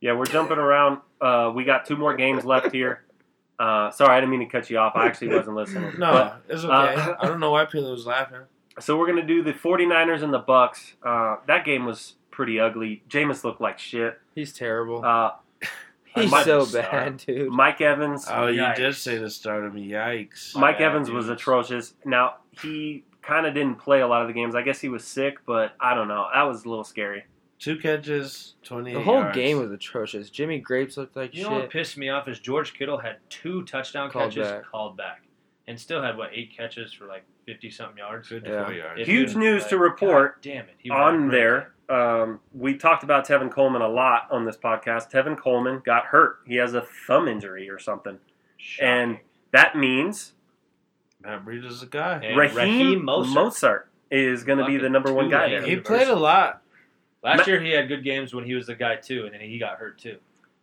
Yeah, we're jumping around. Uh, we got two more games left here. Uh, sorry, I didn't mean to cut you off. I actually wasn't listening.
No,
But-
it's okay.
uh,
I don't know why people was laughing.
so we're going to do the 49ers and the Bucks. Uh, that game was pretty ugly. Jameis looked like shit.
He's terrible.
Uh,
He's
might
so
start.
bad, dude.
Mike Evans.
Oh,
Yikes.
you did say the start of me. Yikes.
Mike
Yeah,
Evans
dude.
was atrocious. Now he kind of didn't play a lot of the games. I guess he was sick, but I don't know. That was a little scary.
Two catches, twenty.
The whole game was atrocious. Jimmy Grapes looked like
You know what
shit.
pissed me off is George Kittle had two touchdown
Called
catches
back.
called back, and still had what eight catches for like fifty something yards.
Yeah.
yards.
If
Huge
you'd-
news to report
God damn it! He was a
on
great
there. Um, we talked about Tevin Coleman a lot on this podcast. Tevin Coleman got hurt. He has a thumb injury or something.
player. Shocking.
And That means
Matt Breed is a guy.
And
Raheem,
Raheem
Mozart,
Mozart.
is going to be
Fucking
the number one
two
guy
man.
there.
He played a lot.
last
Ma-
year he had good games when he was the guy too, and then he got hurt too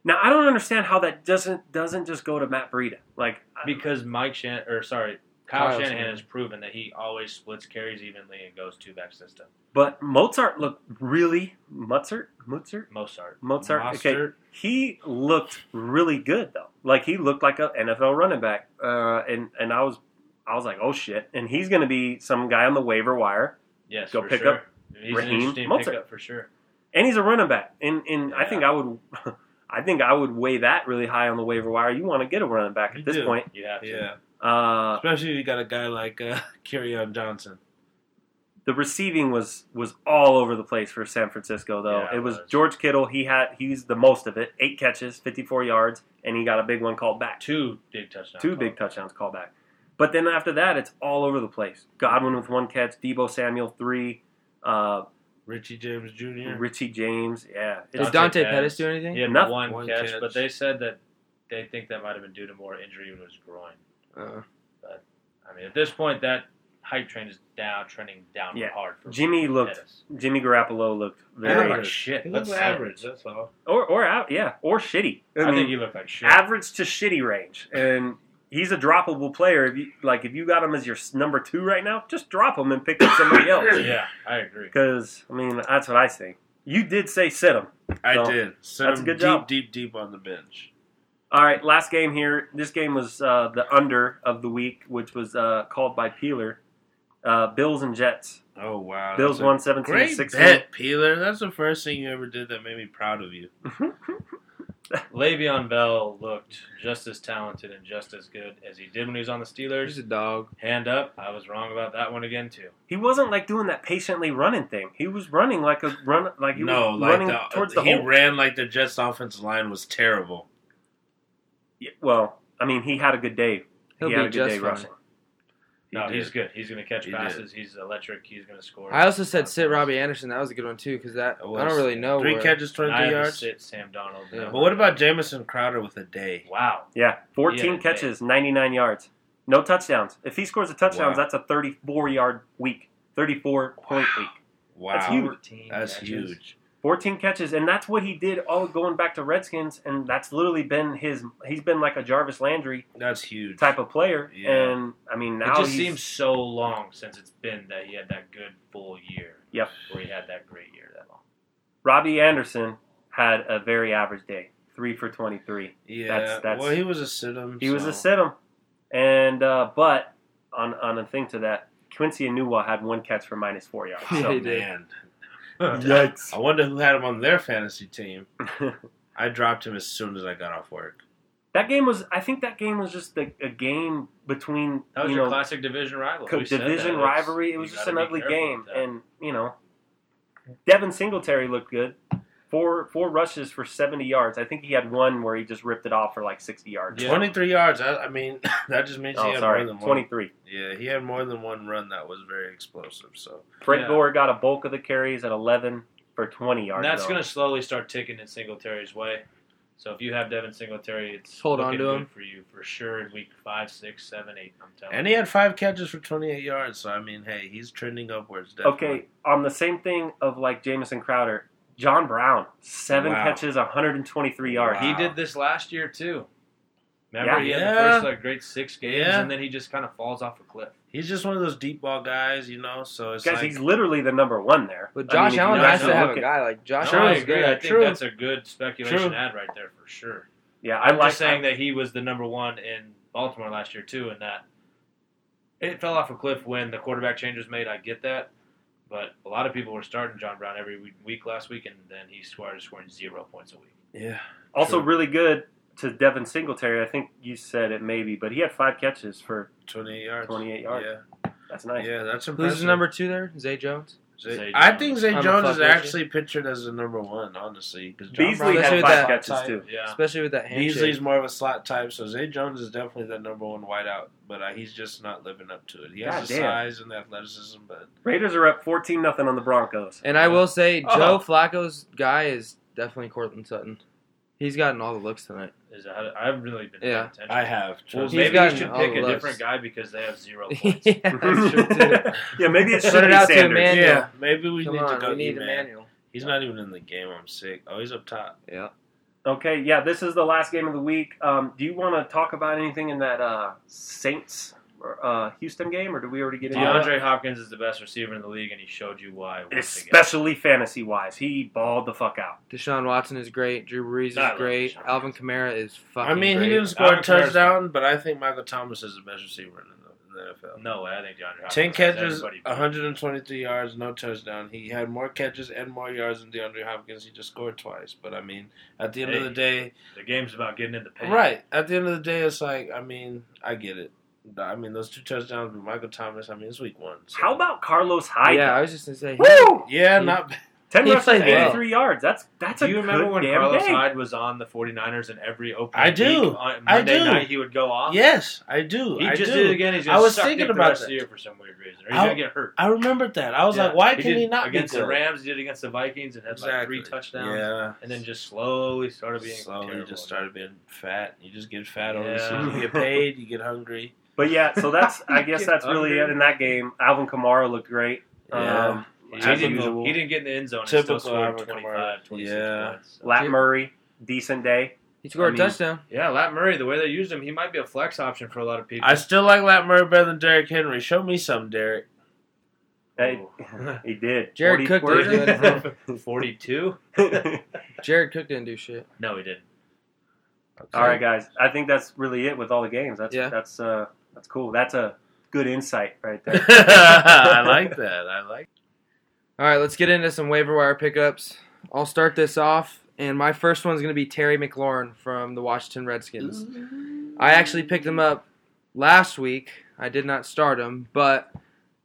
Now I don't understand how that doesn't doesn't just go to Matt Breida. Like I-
because Mike Shan or sorry Kyle,
Kyle
Shanahan
Shanahan.
has proven that he always splits carries evenly and goes two back system.
But Mozart looked really Mozart, Mozart,
Mozart.
Mozart. Okay,
Mostert.
he looked really good though. Like he looked like an NFL running back. Uh, and and I was I was like, oh shit. And he's going to be some guy on the waiver wire,
Yes,
Go
for
pick
sure.
up
He's
Raheem
an interesting
Mozart.
pickup for sure.
and he's a running back. And and I think
Yeah.
I would. I think I would weigh that really high on the waiver wire. You want to get a running back at
You
this
do.
point.
You have to.
Yeah,
Uh,
especially if you got a guy like uh, Kerryon Johnson.
the receiving was was all over the place for San Francisco though.
Yeah,
it
it
was,
was.
George Kittle. He had he's the most of it. Eight catches, fifty four yards, and he got a big one called back.
Two big touchdowns.
Two big touchdowns called back. But then after that, it's all over the place. Godwin with one catch, Debo Samuel three, uh,
Richie James Jr.
Richie James. Yeah,
Did
it's,
Don-
Dante
Dante
Pettis
Pettis.
do anything?
He had
Nothing.
one,
One
catch,
catch.
but they said that they think that might have been due to more injury to his groin.
Uh,
I mean, at this point, that hype train is down, trending down
Yeah.
hard. For
Jimmy looked
Pettis.
Jimmy Garoppolo looked
He looked
very
like
average.
shit.
He looks
That's
average. That's all.
or or out yeah or shitty.
it. I,
mean,
think he looked like shit.
average to shitty range, and he's a droppable player. If you like, if you got him as your s- number two right now, just drop him and pick up somebody else.
yeah, I agree.
Because I mean, that's what I think. You did say sit him.
I
So,
did. Set
that's a
him
good
deep,
job.
deep, deep on the bench.
All right, last game here. This game was uh, the under of the week, which was uh, called by Peeler. Uh, Bills and Jets.
Oh wow,
Bills
That's a
won 17
Great
16.
bet, Peeler. That's the first thing you ever did that made me proud of you.
Le'Veon Bell looked just as talented and just as good as he did when he was on the
he's
Steelers.
a dog.
Hand up, I was wrong about that one again too.
He wasn't like doing that patiently running thing. He was running like a run, like he
no,
was
like
running
the,
towards the
he
hole.
ran like the Jets' offensive line was terrible.
Yeah, well, I mean, he had a good day.
He'll
he had
be
a good
just
day
fine.
rushing.
He
no,
did.
he's good. He's going to catch
He did.
passes. He's electric. He's going to score.
I also said sit Robbie Anderson. That was a good one too, because that
It
I
was
don't really know.
Three
where-
catches,
I
twenty-three
had to
yards.
sit Sam Donald.
Yeah.
But what about Jamison Crowder with a day?
Wow.
Yeah,
He had a
14
day.
catches, 99 yards. No touchdowns. If he scores a touchdown,
Wow.
that's a 34 yard week, 34 point week.
Wow,
Um, That's huge.
That's huge.
14 catches, and that's what he did all going back to Redskins, and that's literally been his. He's been like a Jarvis Landry
That's huge.
type of player,
Yeah.
and I mean now
it just
he's,
seems so long since it's been that he had that good full year.
Yep.
Where he had that great year that long.
Robbie Anderson had a very average day, three for 23.
yeah.
that's- that's-
well, he was a sit him.
He was a
so-
sit him, and uh, but on on a thing to that, Quincy Anua had one catch for minus four yards.
Yeah,
So,
he did.
man.
Yikes!
I wonder who had him on their fantasy team. I dropped him as soon as I got off work.
That game was. I think that game was just a, a game between
That was
you
your
know
classic division rival.
co-
We said that.
division
It's-
rivalry. It was
you
just
gotta
an
be
ugly
careful
game,
with that.
and you know, Devin Singletary looked good. Four four rushes for seventy yards. I think he had one where he just ripped it off for like sixty yards.
Yeah.
Twenty-three yards. I, I mean, that just means he
Oh,
had
sorry,
more than one.
twenty three.
Yeah, he had more than one run that was very explosive. So
Fred
Yeah.
Gore got a bulk of the carries at eleven for twenty yards.
And that's
though.
going to slowly start ticking in Singletary's way. So if you have Devin Singletary, it's
Hold on
looking
to
good
him.
for you for sure in week five, six, seven, eight. I'm telling
and
you.
he had five catches for 28 yards. So I mean, hey, he's trending upwards. Definitely.
Okay, on the same thing of like Jamison Crowder, John Brown, seven
Wow.
catches, one hundred and twenty three yards.
Wow.
He did this last year too. Remember,
Yeah.
he had
Yeah.
the first like great six games,
Yeah.
and then he just kind of falls off a cliff.
He's just one of those deep ball guys, you know. So it's
Guys,
like,
he's literally the number one there.
But
I mean,
Josh
if you
Allen
guys
has to
don't
have
look
a
at-
guy like Josh
No, I
Allen. is
agree.
good
I
at-
think
True.
that's a good speculation
True.
ad right there for sure.
Yeah, I
I'm
like
just saying that he was the number one in Baltimore last year too, and that it fell off a cliff when the quarterback change was made. I get that, but a lot of people were starting John Brown every we- week last week, and then he started scoring zero points a week.
yeah,
Also,
Sure.
really good to Devin Singletary. I think you said it maybe, but he had five catches for
28 yards.
28 yards.
Yeah,
That's nice.
yeah, that's impressive.
Who's the number two there? Zay Jones.
Zay-
Zay
I
Jones.
think Zay
I'm a
Jones
fuck
is
with you.
actually pictured as the number one, honestly. 'cause John
Beasley
Brown-
Let's
had
do
five
that.
catches
Type.
too.
Yeah.
especially with that handshake.
Beasley's more of a slot type, so Zay Jones is definitely the number one wideout, but uh, he's just not living up to it. He has the
Goddamn.
size and the athleticism, but
Raiders are up fourteen nothing on the Broncos.
and I will say,
Oh.
Joe Flacco's guy is definitely Cortland Sutton. He's gotten all the looks tonight.
Is that, I haven't really been paying
Yeah.
attention.
I have.
Well,
He's
maybe you
gotten
should
all
pick
the
a
looks.
different guy because they have zero
yeah,
points.
that's true too.
yeah, maybe it
Put
should
it
be
out to
Sanders.
Emmanuel.
yeah, maybe we
Come
need to
on,
go
we need
Eman.
Emmanuel.
He's not even in the game. I'm sick. Oh, he's up top.
Okay, yeah, this is the last game of the week. Um, do you want to talk about anything in that uh, Saints or, uh, Houston game, or do we already get into that?
DeAndre Hopkins is the best receiver in the league, and he showed you why. Once again.
Especially fantasy wise, he balled the fuck out.
Deshaun Watson is great. Drew Brees is
I love
great.
Deshaun
Alvin Kamara is fucking.
I mean,
great.
he didn't score a
Alvin Kamara's-
touchdown, but I think Michael Thomas is the best receiver in the, in the NFL.
No way. I think DeAndre Hopkins.
Ten
has
catches,
everybody beat.
123 yards, no touchdown. He had more catches and more yards than DeAndre Hopkins. He just scored twice. But I mean, at the end of
Hey.
the day,
The game's about getting in the paint.
right? At the end of the day, it's like I mean, I get it. I mean, those two touchdowns with Michael Thomas. I mean, it's week one. so-
How about Carlos Hyde?
yeah, I was just gonna say. he-
Woo!
Yeah,
He-
not bad.
Ten
He
rushes,
played well.
eighty-three yards. That's that's
Do
a
you remember
good
when
damn
Carlos
day.
Hyde was on the 49ers and every open
I do.
week on Monday
do.
night he would go off?
Yes, I do.
He
I
just
do.
did it again. He's
I
going
was
suck
thinking
dick the
about
rest of
that.
the year for some weird reason. Or he's
I-
going to get hurt.
I remembered that. I was
Yeah.
like, why can
did
he not
against
be good?
the Rams? He did against the Vikings and had like three touchdowns,
Yeah.
and then just slowly started being
slowly
terrible.
just started being fat. You just get fat over the
Yeah.
season. You get paid. You get hungry.
But yeah, so that's I guess that's really it in that game. Alvin Kamara looked great.
Yeah.
Um,
He
Typical-
didn't, he didn't get in the end zone. And
Typical
still scored
Alvin
25,
Kamara.
26
Yeah.
points. So-
Lat Murray, decent day.
He scored
I
a
mean-
touchdown.
Yeah, Lat Murray, the way they used him, he might be a flex option for a lot of people.
I still like Lat Murray better than Derrick Henry. Show me some, Derrick.
Hey,
Ooh.
Uh, he did.
Jared Cook did
forty-
good.
Forty-two?
Jared Cook didn't do shit.
No, he didn't.
all right, guys. I think that's really it with all the games. That's
Yeah.
that's uh that's cool. That's a good insight right there.
I like that. I like.
All right, let's get into some waiver wire pickups. I'll start this off, and my first one's gonna be Terry McLaurin from the Washington Redskins. I actually picked him up last week. I did not start him, but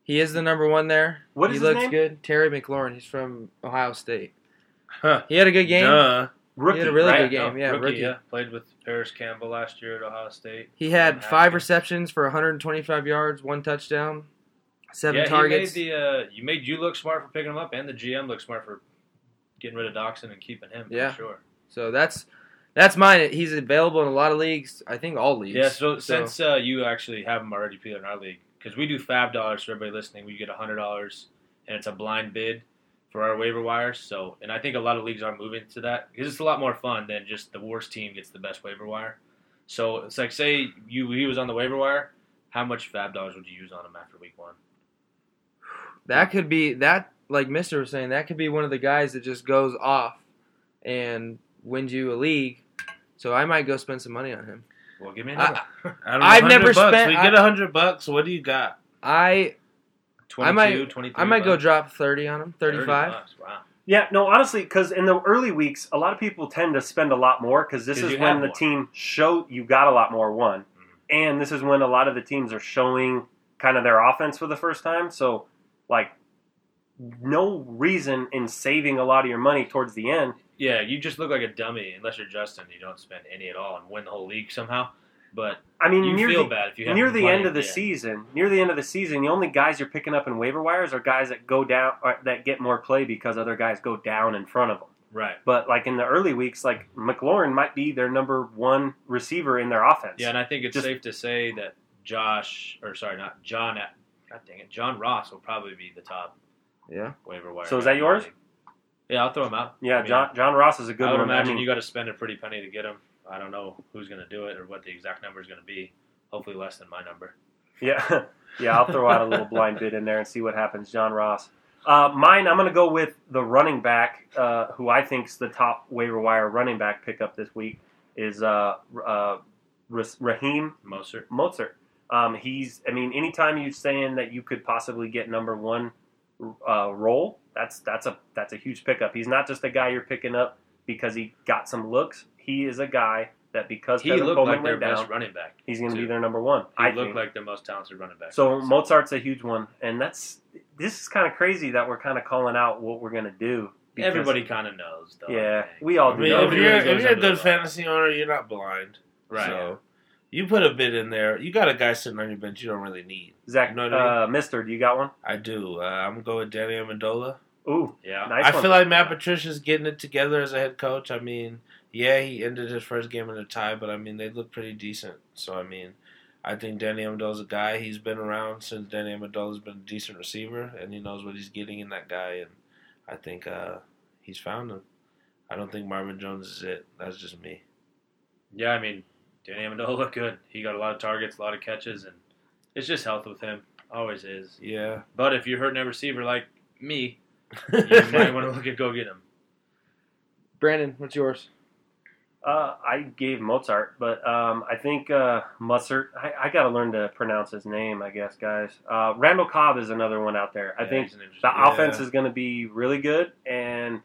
he is the number one there.
What
he
is his
looks
name?
good. Terry McLaurin. He's from Ohio State.
Huh.
He had a good game.
Duh.
Rookie,
He had a really
right?
good game. yeah, rookie.
Yeah. Played with Paris Campbell last year at Ohio State.
He had
Fantastic.
five receptions for 125 yards, one touchdown, seven
yeah,
targets.
He made the, uh, you made you look smart for picking him up, and the GM look smart for getting rid of Doxson and keeping him.
Yeah.
for sure.
so that's that's mine. He's available in a lot of leagues. I think all leagues.
Yeah, so, since uh, you actually have them already Peter, in our league, because we do five dollars for everybody listening, we get a hundred dollars, and it's a blind bid for our waiver wires. So, and I think a lot of leagues are moving to that because it's a lot more fun than just the worst team gets the best waiver wire. So it's like, say you he was on the waiver wire, how much fab dollars would you use on him after week one?
that could be that. Like Mister was saying, that could be one of the guys that just goes off and wins you a league. So I might go spend some money on him.
Well, give me
I-
another
I don't
I've
100
never
bucks.
spent-
We
I-
get a hundred bucks. What do you got?
I
22,
I might-
23
I might go
bucks.
drop 30 on him,
30
35.
bucks, Wow.
Yeah, no, honestly, because in the early weeks, a lot of people tend to spend a lot more because this
'Cause
is
you
when
have
the
more. Mm-hmm.
team show you got a lot more one, and this is when a lot of the teams are showing kind of their offense for the first time. So, like, no reason in saving a lot of your money towards the end.
Yeah, you just look like a dummy unless you're Justin. You don't spend any at all and win the whole league somehow. But
I mean,
you
near
feel
the,
bad if you have
near the end of the
season.
season, near the end of the season, the only guys you're picking up in waiver wires are guys that go down or that get more play because other guys go down in front of them.
Right.
But like in the early weeks, like McLaurin might be their number one receiver in their offense.
Yeah, and I think it's
Just-
safe to say that Josh, or sorry, not John. God dang it, John Ross will probably be the top
Yeah.
waiver wire.
So is that yours?
Yeah, I'll throw him out.
Yeah,
I mean,
John, John Ross is a good
I would
one.
imagine
I mean,
you got to spend a pretty penny to get him. I don't know who's going to do it or what the exact number is going to be. Hopefully, less than my number.
yeah, yeah. I'll throw out a little blind bid in there and see what happens. John Ross. Uh, mine, I'm going to go with the running back, uh, who I think's the top waiver wire running back pickup this week is uh, uh, Ras- Raheem
Mostert.
Mozart. Um, he's, I mean, anytime you're saying that you could possibly get number one uh, role, that's that's a that's a huge pickup. He's not just a guy you're picking up because he got some looks. He is a guy that because
He
Tevin
looked
Coleman
like their
went down,
best running back.
he's going to
too.
be their number one.
He
I
looked
think.
like their most talented running back.
so Mozart's a huge one, and that's this is kind of crazy that we're kind of calling out what we're gonna do. because-
Everybody kind of knows, though. I
Yeah,
think.
we all
I
do.
mean,
Yeah,
if
everybody
you're, if
goes
you're a
under the
good
line.
fantasy owner, you're not blind.
right.
So you put a bid in there. You got a guy sitting on your bench you don't really need.
Zach,
You know what I
uh, Mister, do you got one?
I do. Uh, I'm going to go with Danny Amendola.
Ooh,
Yeah.
nice
I
one.
feel like Matt Patricia's getting it together as a head coach. I mean, yeah, he ended his first game in a tie, but I mean, they look pretty decent. So I mean, I think Danny Amendola's a guy. He's been around since Danny Amendola's been a decent receiver, and he knows what he's getting in that guy. And I think uh, he's found him. I don't think Marvin Jones is it. That's just me.
Yeah, I mean, Danny Amendola looked good. He got a lot of targets, a lot of catches, and it's just health with him. Always is.
Yeah.
But if you're hurting a receiver like me, you might
yeah.
want to look at go get him.
Brandon, what's yours?
Uh, I gave Mozart, but um, I think uh, Mussert. I, I got to learn to pronounce his name, I guess, guys. Uh, Randall Cobb is another one out there. I
Yeah,
think
he's an
the
interesting-
Yeah.
offense is going to be really good. And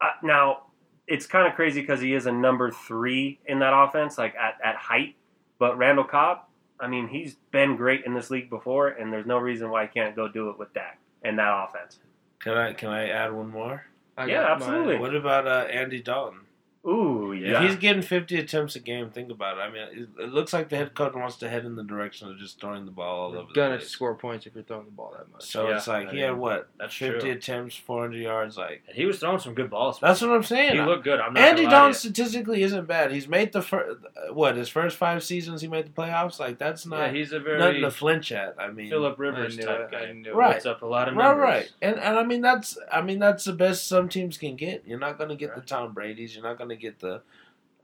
uh, now it's kind of crazy because he is a number three in that offense, like at, at height. But Randall Cobb, I mean, he's been great in this league before, and there's no reason why he can't go do it with Dak and that offense.
Can I can I add one more?
I
Yeah,
got mine.
absolutely.
What about uh, Andy Dalton?
Ooh,
If
yeah.
he's getting 50 attempts a game, think about it. I mean, it, it looks like the head coach wants to head in the direction of just throwing the ball all
You're
over the
gonna
place.
score points if you're throwing the ball that much.
So
Yeah,
it's like
I
he had
mean,
what
that's
50
true.
attempts, 400 yards. Like
And he was throwing some good balls.
that's what I'm saying.
he looked good. I'm not
Andy
gonna lie
Dalton
to
statistically isn't bad. He's made the first what his first five seasons. He made the playoffs. Like that's
you.
not
Yeah, he's a very
nothing to flinch at. I mean,
Philip Rivers
I knew
type
it. I
guy.
knew
Right.
it.
Puts up a lot of
Right,
numbers.
right, and and I mean that's I mean that's the best some teams can get. You're not going to get the
Right.
Tom Brady's. You're not going to get the,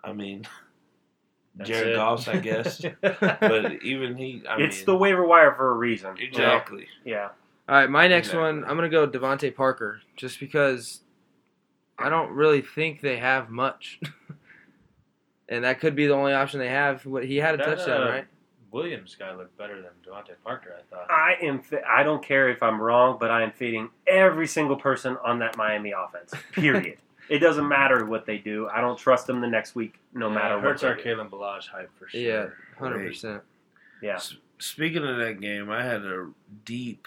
I mean,
That's
Jared
it.
Goff's. I guess, but even he. I
it's the
mean,
waiver wire for a reason. you know?
exactly.
Yeah.
All right, my next
Exactly.
one, I'm going to go Devonte Parker just because I don't really think they have much. and that could be the only option they have. What he had a
That,
touchdown,
uh,
right?
Williams guy looked better than Devontae Parker, I thought.
I am. Fi- I don't care if I'm wrong, but I am fading every single person on that Miami offense. Period. it doesn't matter what they do. I don't trust them the next week, no
Yeah,
matter
it
what.
hurts
they
our
do.
Kalen Balaj hype for sure.
Yeah. 100%.
Yeah.
S- Speaking of that game, I had a deep,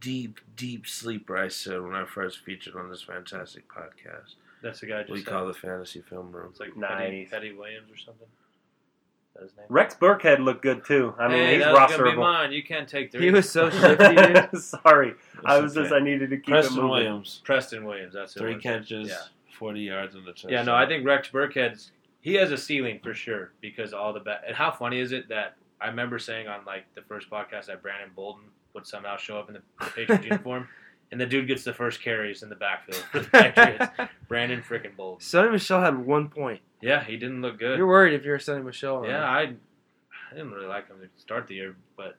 deep, deep sleeper. I said when I first featured on this fantastic podcast
That's the guy I just
we
said.
call the Fantasy Film Room.
It's like Petty,
Nice.
Petty Williams or something. Is That his name.
Rex Burkhead looked good too. I mean,
hey,
he's
that was gonna be
rosterable.
mine. You can't take three.
He was uh, so shifty, dude.
Sorry, I
It's
was
okay.
just. I needed to keep it
Preston
moving.
Williams,
Preston Williams. That's who it
three
was.
catches,
Yeah.
forty yards and a touchdown.
Yeah, no, I think Rex Burkhead's he has a ceiling for sure because all the ba- and how funny is it that I remember saying on like the first podcast that Brandon Bolden would somehow show up in the Patriots uniform. And the dude gets the first carries in the backfield for the Patriots. Brandon freaking Bolden.
Sonny Michelle had one point.
Yeah, he didn't look good.
You're worried if you're Sonny Michelle.
Oh,
right?
Yeah, I, I didn't really like him to start the year, but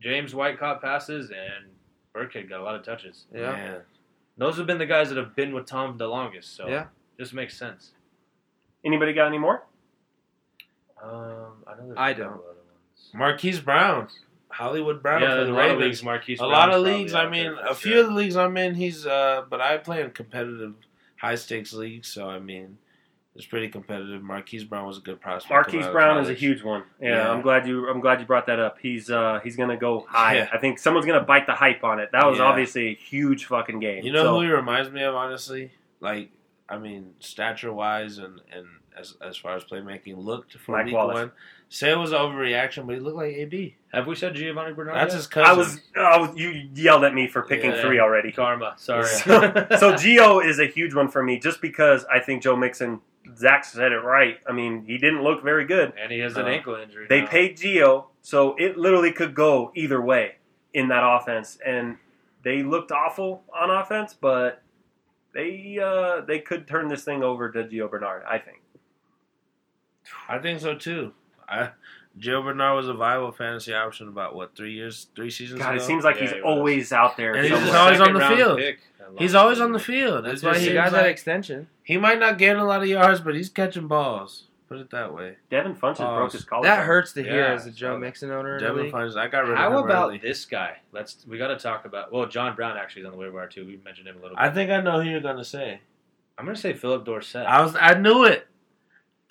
James White caught passes and Burkhead got a lot of touches.
Yeah.
Man.
Those have been the guys that have been with Tom the longest, so
Yeah.
just makes sense.
Anybody got any more?
Um, I, know there's
I
a couple
don't.
other ones.
Ravens. Marquise Brown, Hollywood Brown
yeah,
for the
a lot of
Ravens.
leagues, Marquise
a
Brown's
lot of
probably
leagues.
out
I mean,
there for
a few
sure.
of the leagues I'm in, he's. uh But I play in competitive, high stakes leagues, so I mean, it's pretty competitive. Marquise Brown was a good prospect. coming
Marquise
out of
Brown is a
college.
huge one. Yeah,
Yeah.
I'm glad you. I'm glad you brought that up. He's uh he's gonna go high.
Yeah.
I think someone's gonna bite the hype on it. That was
Yeah.
obviously a huge fucking game.
You know
So-
who he reminds me of, honestly? Like, I mean, stature wise and and as as far as playmaking, looked for
Mike
week
Wallace.
one. Say it was an overreaction, but he looked like AB.
Have we said Giovanni Bernard?
That's
yet?
his
Oh, I
cousin.
was, I was. You yelled at me for picking
Yeah.
three already.
karma. Sorry.
So Geo is a huge one for me, just because I think Joe Mixon. Zach said it right. I mean, he didn't look very good.
and he has an
Uh,
ankle injury.
They
now.
paid Geo, so it literally could go either way in that offense. And they looked awful on offense, but they uh, they could turn this thing over to Gio Bernard. I think.
I think so too. I. Joe Bernard was a viable fantasy option about what three years, three seasons
God,
ago.
it seems like
Yeah,
he's
he was.
always out there.
And he's
somewhere.
just always on the
Second-round
field.
pick. I love
he's
him.
always on the field. That's why
That's why he got that extension.
He might not gain a lot of yards, but he's catching balls. Put it that way.
Devin Funches
Pause.
broke his collar.
That hurts to hear
Yeah,
as a Joe
so-
Mixon owner. in the
Devin
league.
finds. I got rid of
How
him
about
early.
this guy? Let's we got to talk about. Well, John Brown actually is on the waiver wire too. We mentioned him a little. bit.
I think I know who you're gonna say.
I'm gonna say Philip Dorsett.
I was. I knew it.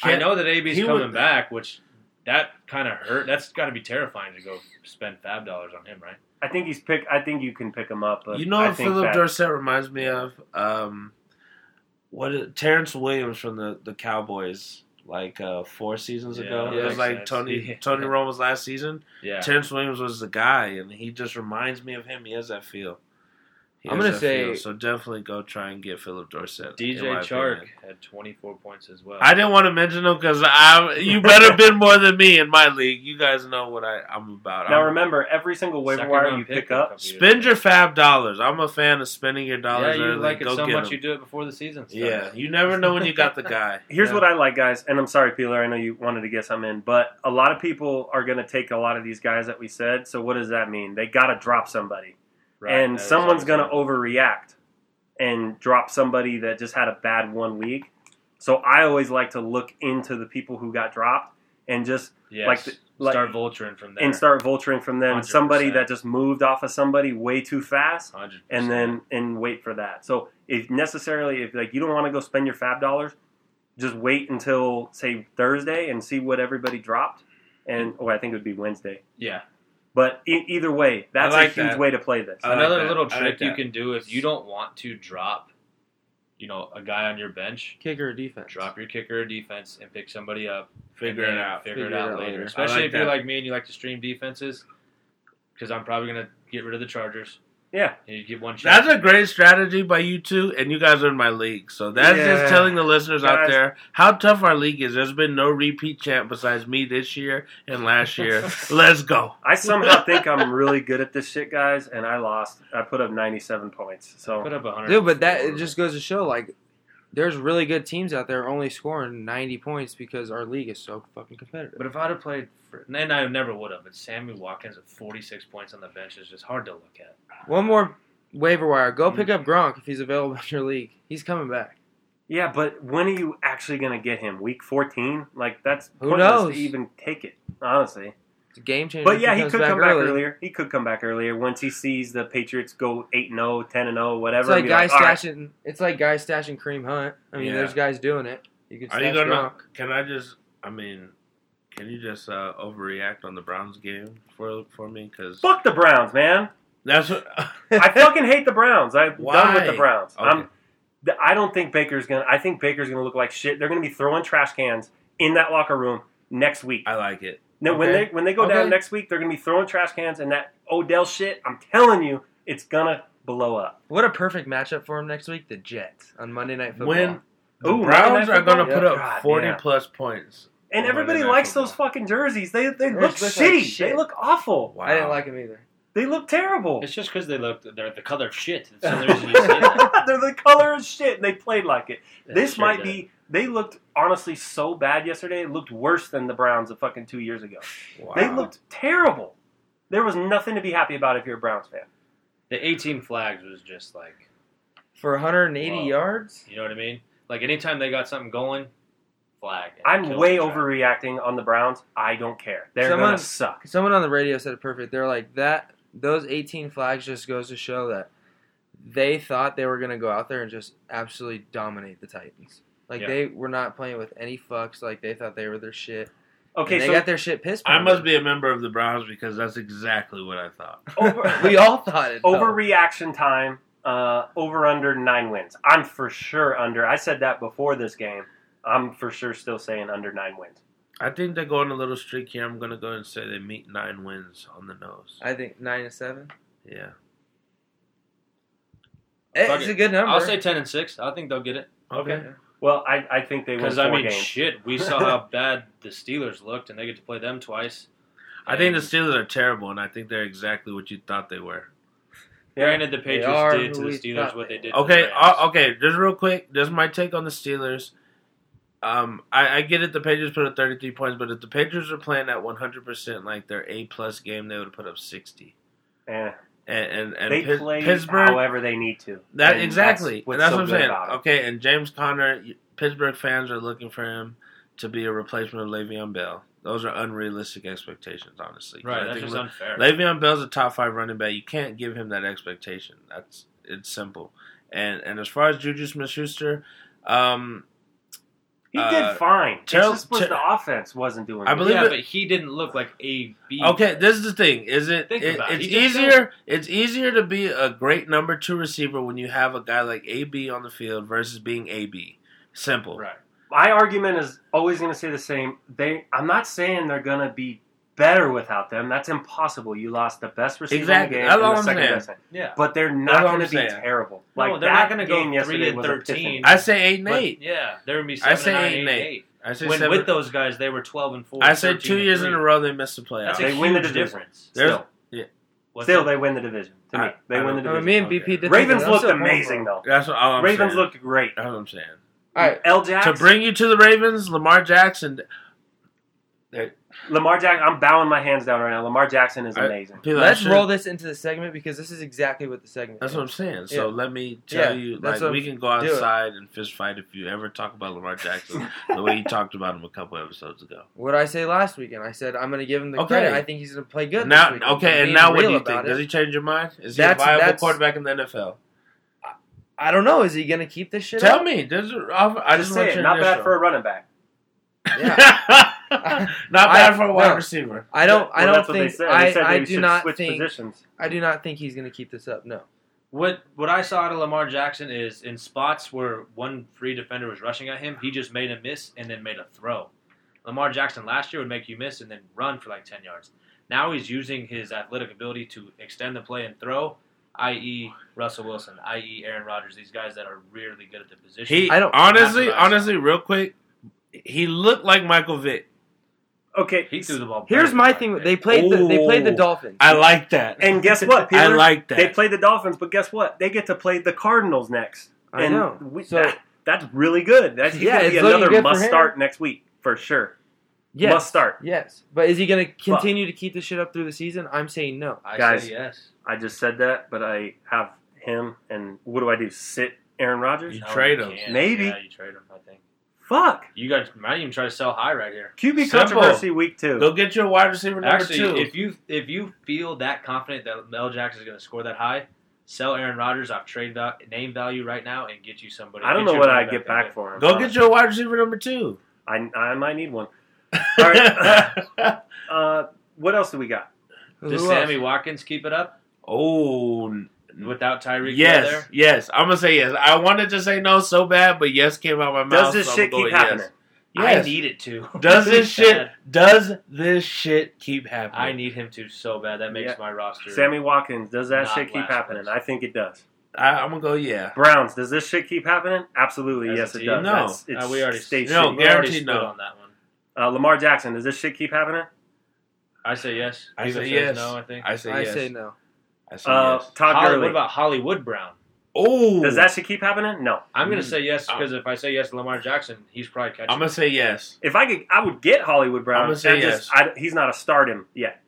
I know that AB's
he
coming
would-
back, which that kind of hurt. That's got to be terrifying to go spend fab dollars on him, right?
I think he's pick. I think you can pick him up. But
you know
I
what
think
Philip
that-
Dorsett reminds me of? Um, what is, Terrence Williams from the, the Cowboys, like uh, four seasons
Yeah,
ago.
that
it was
makes
like
sense.
Tony
Yeah.
Tony Romo's last season.
Yeah.
Terrence Williams was the guy, and he just reminds me of him. He has that feel. He
I'm
has
gonna
that
say-
feel. so. Definitely go try and get Philip Dorsett. in
DJ
my
Chark
opinion.
had 24 points as well.
I didn't want to mention him because I you better been more than me in my league. You guys know what I, I'm about.
Now
I'm-
remember, every single waiver
Second
wire
round
you
pick
pick
a
up,
couple years
Spend your
ago.
fab dollars. I'm a fan of spending your
Yeah,
dollars.
you
early.
like it
Go
so
get
much,
'em.
you do it before the season starts.
Yeah, you never know when you got the guy.
Here's
Yeah.
what I like, guys, and I'm sorry, Peeler. I know you wanted to guess I'm in, but a lot of people are going to take a lot of these guys that we said. So what does that mean? They got to drop somebody,
Right,
and
that is
someone's
awesome.
going to overreact and drop somebody that just had a bad one week. So I always like to look into the people who got dropped and just
Yes.
like the- like-
start vulturing from there.
and start vulturing from them. Somebody
100%.
that just moved off of somebody way too fast.
100%.
and then and wait for that. So if necessarily if like you don't want to go spend your fab dollars, just wait until say Thursday and see what everybody dropped. And oh, I think it would be Wednesday.
yeah,
But e- either way, that's
like
a huge
that.
way to play this.
I like
another
that.
little
I like
trick you
that.
can do if you don't want to drop, you know, a guy on your bench,
Kicker or defense?
drop your kicker or defense and pick somebody up.
Figure
and
it
then
out.
Figure, it out later.
I
Especially
like
if you're
that.
like me and you like to stream defenses, because I'm probably gonna get rid of the Chargers.
Yeah.
and you get one shot.
That's a great strategy by you two, and you guys are in my league. So that's
Yeah.
just telling the listeners out
Guys.
there how tough our league is. There's been no repeat champ besides me this year and last year. Let's go.
I somehow think I'm really good at this shit, guys, and I lost. I put up 97 points.
put
So
up 100.
Dude, but that it just goes to show like there's really good teams out there only scoring 90 points because our league is so fucking competitive.
But if I'd have played, for, and I never would have, but Sammy Watkins with 46 points on the bench is just hard to look at.
One more waiver wire. Go
Hmm.
pick up Gronk if he's available in your league. He's coming back.
yeah, but when are you actually gonna get him? Week 14? Like that's
Who
pointless
knows?
to even take it. Honestly.
It's a game changer.
But
if
yeah, he
comes
could come back
early.
earlier. He could come back earlier once he sees the Patriots go 8 0, 10 0, whatever.
It's
and
like
be
guys
"All right,
stashing. It's like guys stashing Cream Hunt. I mean,
Yeah.
there's guys doing it. You can
Are
stash
you gonna?
Gronk.
Can I just? I mean, can you just uh, overreact on the Browns game for for me? Because
Fuck the Browns, man.
that's what.
I fucking hate the Browns. I'm done with
Why?
the Browns.
Okay.
I'm- th- I don't think Baker's gonna. I think Baker's gonna look like shit. They're gonna be throwing trash cans in that locker room next week.
I like it.
No, when
okay.
they when they go
Okay.
down next week, they're gonna be throwing trash cans and that Odell shit. I'm telling you, it's gonna blow up.
What a perfect matchup for him next week. The Jets on Monday Night Football.
When the
Ooh,
Browns
Monday Night
are going to
Football?
put up
Yeah. God,
forty
yeah.
plus points.
And
Monday
everybody
Night
likes those
Football.
fucking jerseys. They they
They
look
just look
shitty.
like
They
shit.
look awful.
Wow.
I didn't like him either.
They look terrible.
It's just because they look, they're the color of shit. It's the only reason you say that.
They're the color of shit. and They played like it. this
Sure
might
did.
be. They looked honestly so bad yesterday. It looked worse than the Browns of fucking two years ago.
Wow.
They looked terrible. There was nothing to be happy about if you're a Browns fan.
The 18 flags was just like,
For 180
Wow.
yards.
you know what I mean? Like anytime they got something going, flag. and
I'm
kill
way
the drive.
overreacting on the Browns. I don't care. They're
Someone-
gonna suck.
Someone on the radio said it perfect. They're like that. Those 18 flags just goes to show that they thought they were gonna go out there and just absolutely dominate the Titans. Like
Yeah.
they were not playing with any fucks. Like they thought they were their shit. Okay,
Okay,
they
so
got their shit pissed.
I
by
must
them.
be a member of the Browns because that's exactly what I thought.
over,
we all thought it. though.
overreaction time. Uh, over under nine wins. I'm for sure under. I said that before this game. I'm for sure still saying under nine wins.
I think they go on a little streak here. I'm gonna go and say they meet nine wins on the nose.
I think nine and seven.
yeah.
It's
it.
a good number.
I'll say 10 and 6. I think they'll get it.
Okay.
Well, I, I think they win
Because,
four
I mean,
games.
shit, we saw how bad the Steelers looked, and they get to play them twice.
I think the
And
Steelers are terrible, and I think they're exactly what you thought they were.
Granted, the
are
Patriots did to
who
the
we thought
Steelers what
they
they did. to
Okay,
the Rams.
uh, okay. Just real quick, this is my take on the Steelers. Um, I, I get it. The Patriots put up 33 points, but if the Patriots were playing at 100 percent like their A plus game, they would have put up 60.
Eh.
And and, and
they
Pit-
play
Pittsburgh.
however they need to.
That
And
exactly.
what's
and that's
so
what I'm
good
saying. Uh,
about it.
Okay, and James Conner, you- Pittsburgh fans are looking for him to be a replacement of Le'Veon Bell. Those are unrealistic expectations, honestly. 'Cause
Right,
I
that's
think
just
Le-
unfair.
Le'Veon Bell's a top five running back. You can't give him that expectation. That's it's simple. And and as far as Juju Smith Schuster, um,
He
Uh,
did fine. It's
Terrell-
just was
Ter-
the offense wasn't doing.
I
it.
believe
yeah,
it-
but he didn't look like a B.
Okay, this is the thing. Is it?
Think
it-
about it.
it's
He just
easier. It's easier to be a great number two receiver when you have a guy like AB on the field versus being AB. Simple.
Right.
my argument is always going to say the same. They, I'm not saying they're going to be better without them. That's impossible. You lost the best receiver
Exactly.
in the
That's
game and
all
the
I'm
second
saying.
best.
Yeah.
But they're
That's
not
all
going to
I'm
be
saying.
terrible.
No,
Like
they're
that
not gonna go
game yesterday
three and
was a
13.
piffing.
I say eight and
But,
eight.
yeah, there would be
I
seven
say
and nine,
eight and eight. I say
When
seven.
with those guys, they were twelve and four.
I said
13
two
and
years
three.
in a row they missed the playoffs.
That's
They
a
win the
huge
division.
difference.
There's-
Still,
What's
still,
that?
they win the division. To me,
I-
they
I
win the
don't-
I mean,
division.
me and
Okay.
BP did. take
Ravens
it. I'm
looked
still pulling for
amazing
it.
though.
That's all I'm
Ravens
saying.
looked great.
That's what I'm saying.
All right,
L. Jackson,
To bring you to the Ravens, Lamar Jackson.
Lamar Jackson. I'm bowing my hands down right now. Lamar Jackson is
I-
amazing.
people, I
let's
should-
roll this into the segment because this is exactly what the segment.
That's
is.
what I'm saying. So
Yeah.
let me
Yeah,
tell you,
that's
like
what
we
I'm-
can go
do it.
outside and fist fight if you ever talk about Lamar Jackson the way you talked about him a couple episodes ago.
What I say last weekend, I said I'm going to give him the
Okay.
credit. I think he's going to play good. this
now,
weekend. I'm
okay, and
being
now what do
real
you
about
think?
it.
Does he change your mind? Is he
That's-
a viable
that's-
quarterback in the NFL?
I don't know. Is he going to keep this shit?
Tell
up?
me. Does it, I
Just
just
say
want
it.
your
Not bad
initial.
for a running back.
Yeah.
not bad
I-
for a wide
no.
receiver.
I don't. I
Well,
don't
that's what they
think.
said. They
I,
said
I
they
do
should
not
switch
think.
positions.
I do not think he's going to keep this up. No.
What what I saw out of Lamar Jackson is in spots where one free defender was rushing at him, he just made a miss and then made a throw. Lamar Jackson last year would make you miss and then run for like ten yards. Now he's using his athletic ability to extend the play and throw, i.e. Russell Wilson, i.e. Aaron Rodgers, these guys that are really good at the position.
He
I don't-
honestly,
Not bad.
honestly, real quick, he looked like Michael Vick.
Okay,
he threw the ball.
Here's
better
my
than
thing.
Vick.
They played. The, they played the
Ooh.
Dolphins.
I like that.
and guess what? Peter?
I like
They
that.
play the Dolphins, but guess what? They get to play the Cardinals next.
I
and
know.
We,
So-
that- that's really good. That's he's
Yeah,
gonna be
it's looking good for
another must
him.
start next week for sure.
Yes.
Must start.
Yes. But is he going to continue to keep this shit up through the season? I'm saying no.
I
guys.
say yes.
I just said that, but I have him. And what do I do? Sit Aaron Rodgers?
You trade him.
can't.
Maybe.
Yeah, you trade him, I think.
Fuck
You guys might even try to sell high right here.
QB
Simple.
controversy week two.
Go get your wide receiver number
Actually,
two.
if you if you feel that confident that Mel Jackson is going to score that high, sell Aaron Rodgers off trade val- name value right now and get you somebody.
I don't
get
know
your
what
money
I get
in
back
there.
for him.
Go get your wide receiver number two.
I I might need one.
All
right. Uh, what else do we got?
Who
Does
else?
Sammy Watkins keep it up
oh,
without Tyreek?
yes,
Hill there?
yes. I'm gonna say yes. I wanted to say no so bad, but yes came out my mouth.
Does this
so I'm
shit
going
keep
yes.
happening?
Yes.
I need it to.
does this
Bad.
shit? Does this shit keep happening?
I need him to so bad. That makes
Yeah.
my roster. Uh,
Sammy Watkins, does that
Not
shit keep
last
happening?
place.
I think it does.
I, I'm gonna go yeah.
Browns, does this shit keep happening? Absolutely,
As
yes,
a
it
team?
does.
No.
That's- it's
Uh, we already
stay
we
No,
shitty.
already
guaranteed
split
no.
on that one.
Uh, Lamar Jackson, does this shit keep happening?
I say yes.
I
People
say
says
yes.
No, I think.
I say
I
yes.
say no.
I say
Uh,
yes.
Todd
Holly-
Gurley,
what about Hollywood Brown?
Oh,
does that shit keep happening? No.
I'm gonna
Mm.
say yes because if I say yes to Lamar Jackson, he's probably catching.
I'm gonna say yes.
If I could, I would get Hollywood Brown.
I'm gonna say
I just,
yes.
I, he's not a stardom yet.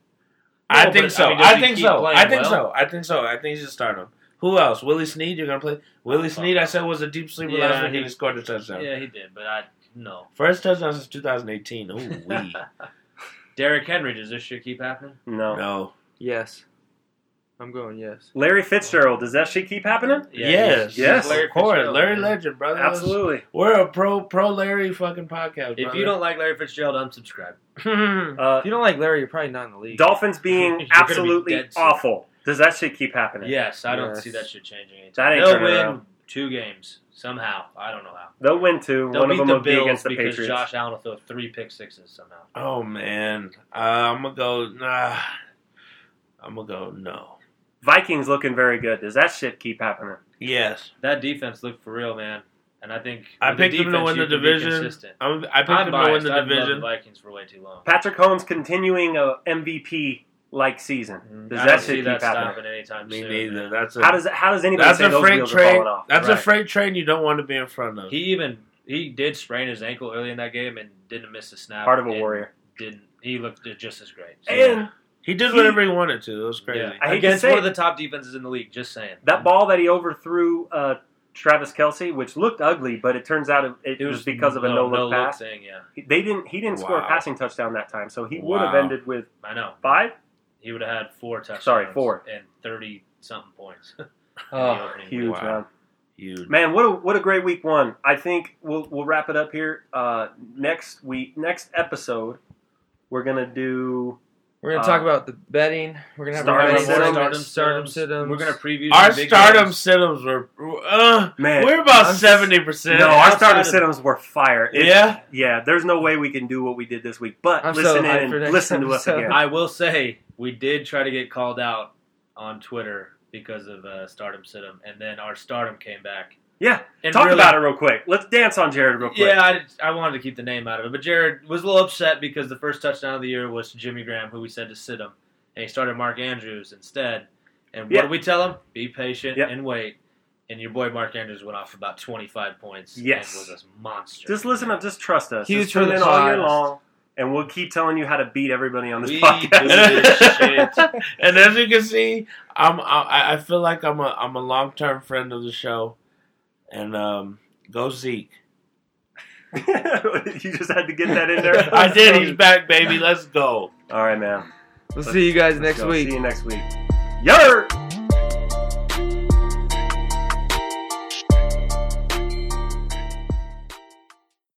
No,
I
but, I
think so.
mean, does
I
he
think
keep
so.
playing
I think
well?
so. I think so. I think you should start him. Who else? Willie Snead. You're gonna play Willie
fuck
Snead. I
no.
said was a deep sleeper
Yeah,
last week,
he-
and he scored a touchdown.
Yeah, he did, but I no.
First touchdown since 2018. Ooh wee.
Derrick Henry, does this shit keep happening?
No.
no.
Yes. I'm going yes.
Larry Fitzgerald, does that shit keep happening?
yes.
he's-
Yes.
he's Larry
Of course.
Fitzgerald,
Larry
man.
Legend, brother.
Absolutely.
We're a pro pro Larry fucking podcast.
If you don't like Larry Fitzgerald, unsubscribe.
don't,
Uh,
If you don't like Larry, you're probably not in the league.
Dolphins
You're
being
gonna be
absolutely
dead soon.
awful. Does that shit keep happening?
Yes, I don't
Yes.
see that shit changing anytime.
That ain't
They'll
turning
win
around.
two games somehow. I don't know how.
They'll win 2
They'll
One of
beat
them
the
will be
Bills
against the
because
Patriots.
Josh Allen will throw three pick sixes somehow.
oh man, uh, I'm gonna go. Nah, I'm gonna go no.
Vikings looking very good. Does that shit keep happening?
Yes,
That defense looked for real, man. And I think
I
with the
picked them to
defense,
win
you
the
can be
division.
consistent.
I'm, I picked
I'm
them to win
biased.
the
I've loved
division.
the Vikings for way too long.
Patrick Holmes continuing a MVP like season. Does
I
that
don't
shit
see
keep
that
happening?
stopping anytime
Me
soon.
neither.
man.
That's a
How does how does anybody
that's
say
a
those
freight
wheels are
train.
falling off?
That's a
Right.
freight train you don't want to be in front of.
He even he did sprain his ankle early in that game and didn't miss a snap.
Part of a
and
warrior.
Didn't he looked just as great? So-
And
He did
He-
whatever he wanted to. It was crazy.
Yeah.
I hate to
against
say
one of
it.
the top defenses in the league. Just saying
that ball that he overthrew uh, Travis Kelsey, which looked ugly, but it turns out it, it was, because of a no look pass.
thing. Yeah,
They didn't. He didn't score a
Wow.
passing touchdown that time, so he
Wow.
would have ended with
I know.
five.
He would have had four touchdowns.
Sorry, four.
and thirty something points. in the opening
Huge
week.
Wow.
round.
Huge.
Man, what a what a great week one. I think we'll we'll wrap it up here. Uh, next week, next episode, we're gonna do.
We're gonna
Uh,
talk about the betting. We're gonna have our
Stardom
betting
Sit-Ems.
segment, stardom sit-ems.
We're gonna preview
Our
some big
stardom
games.
sit-ums were uh,
Man,
we're about
I'm-
seventy percent.
no, our starter
outside of-
sit-ups were fire. It-
Yeah?
yeah. There's no way we can do what we did this week. But
I'm so
listen in
hyped for
and
next
listen to us
episode.
again.
I will say we did try to get called out on Twitter because of uh, Stardom Situm, and then our Stardom came back.
Yeah,
and
Talk
really-
about it real quick. Let's dance on Jared real quick.
Yeah, I, I wanted to keep the name out of it, but Jared was a little upset because the first touchdown of the year was to Jimmy Graham, who we said to sit him, and he started Mark Andrews instead. And what
Yeah.
did we tell him? Be patient
Yep.
and wait. And your boy Mark Andrews went off for about 25 points.
Yes.
and was a monster.
Just listen up. Just trust us.
Huge
just tune
for the
in all year
cause.
long, and we'll keep telling you how to beat everybody on this
We
podcast.
do this shit.
and as you can see, I'm I, I feel like I'm a I'm a long term friend of the show, and um, go Zeke.
you just had to get that in there.
I did. He's back, baby. Let's go.
All right, man.
We'll see you guys
Let's
next
go.
week.
See you next week. Yer!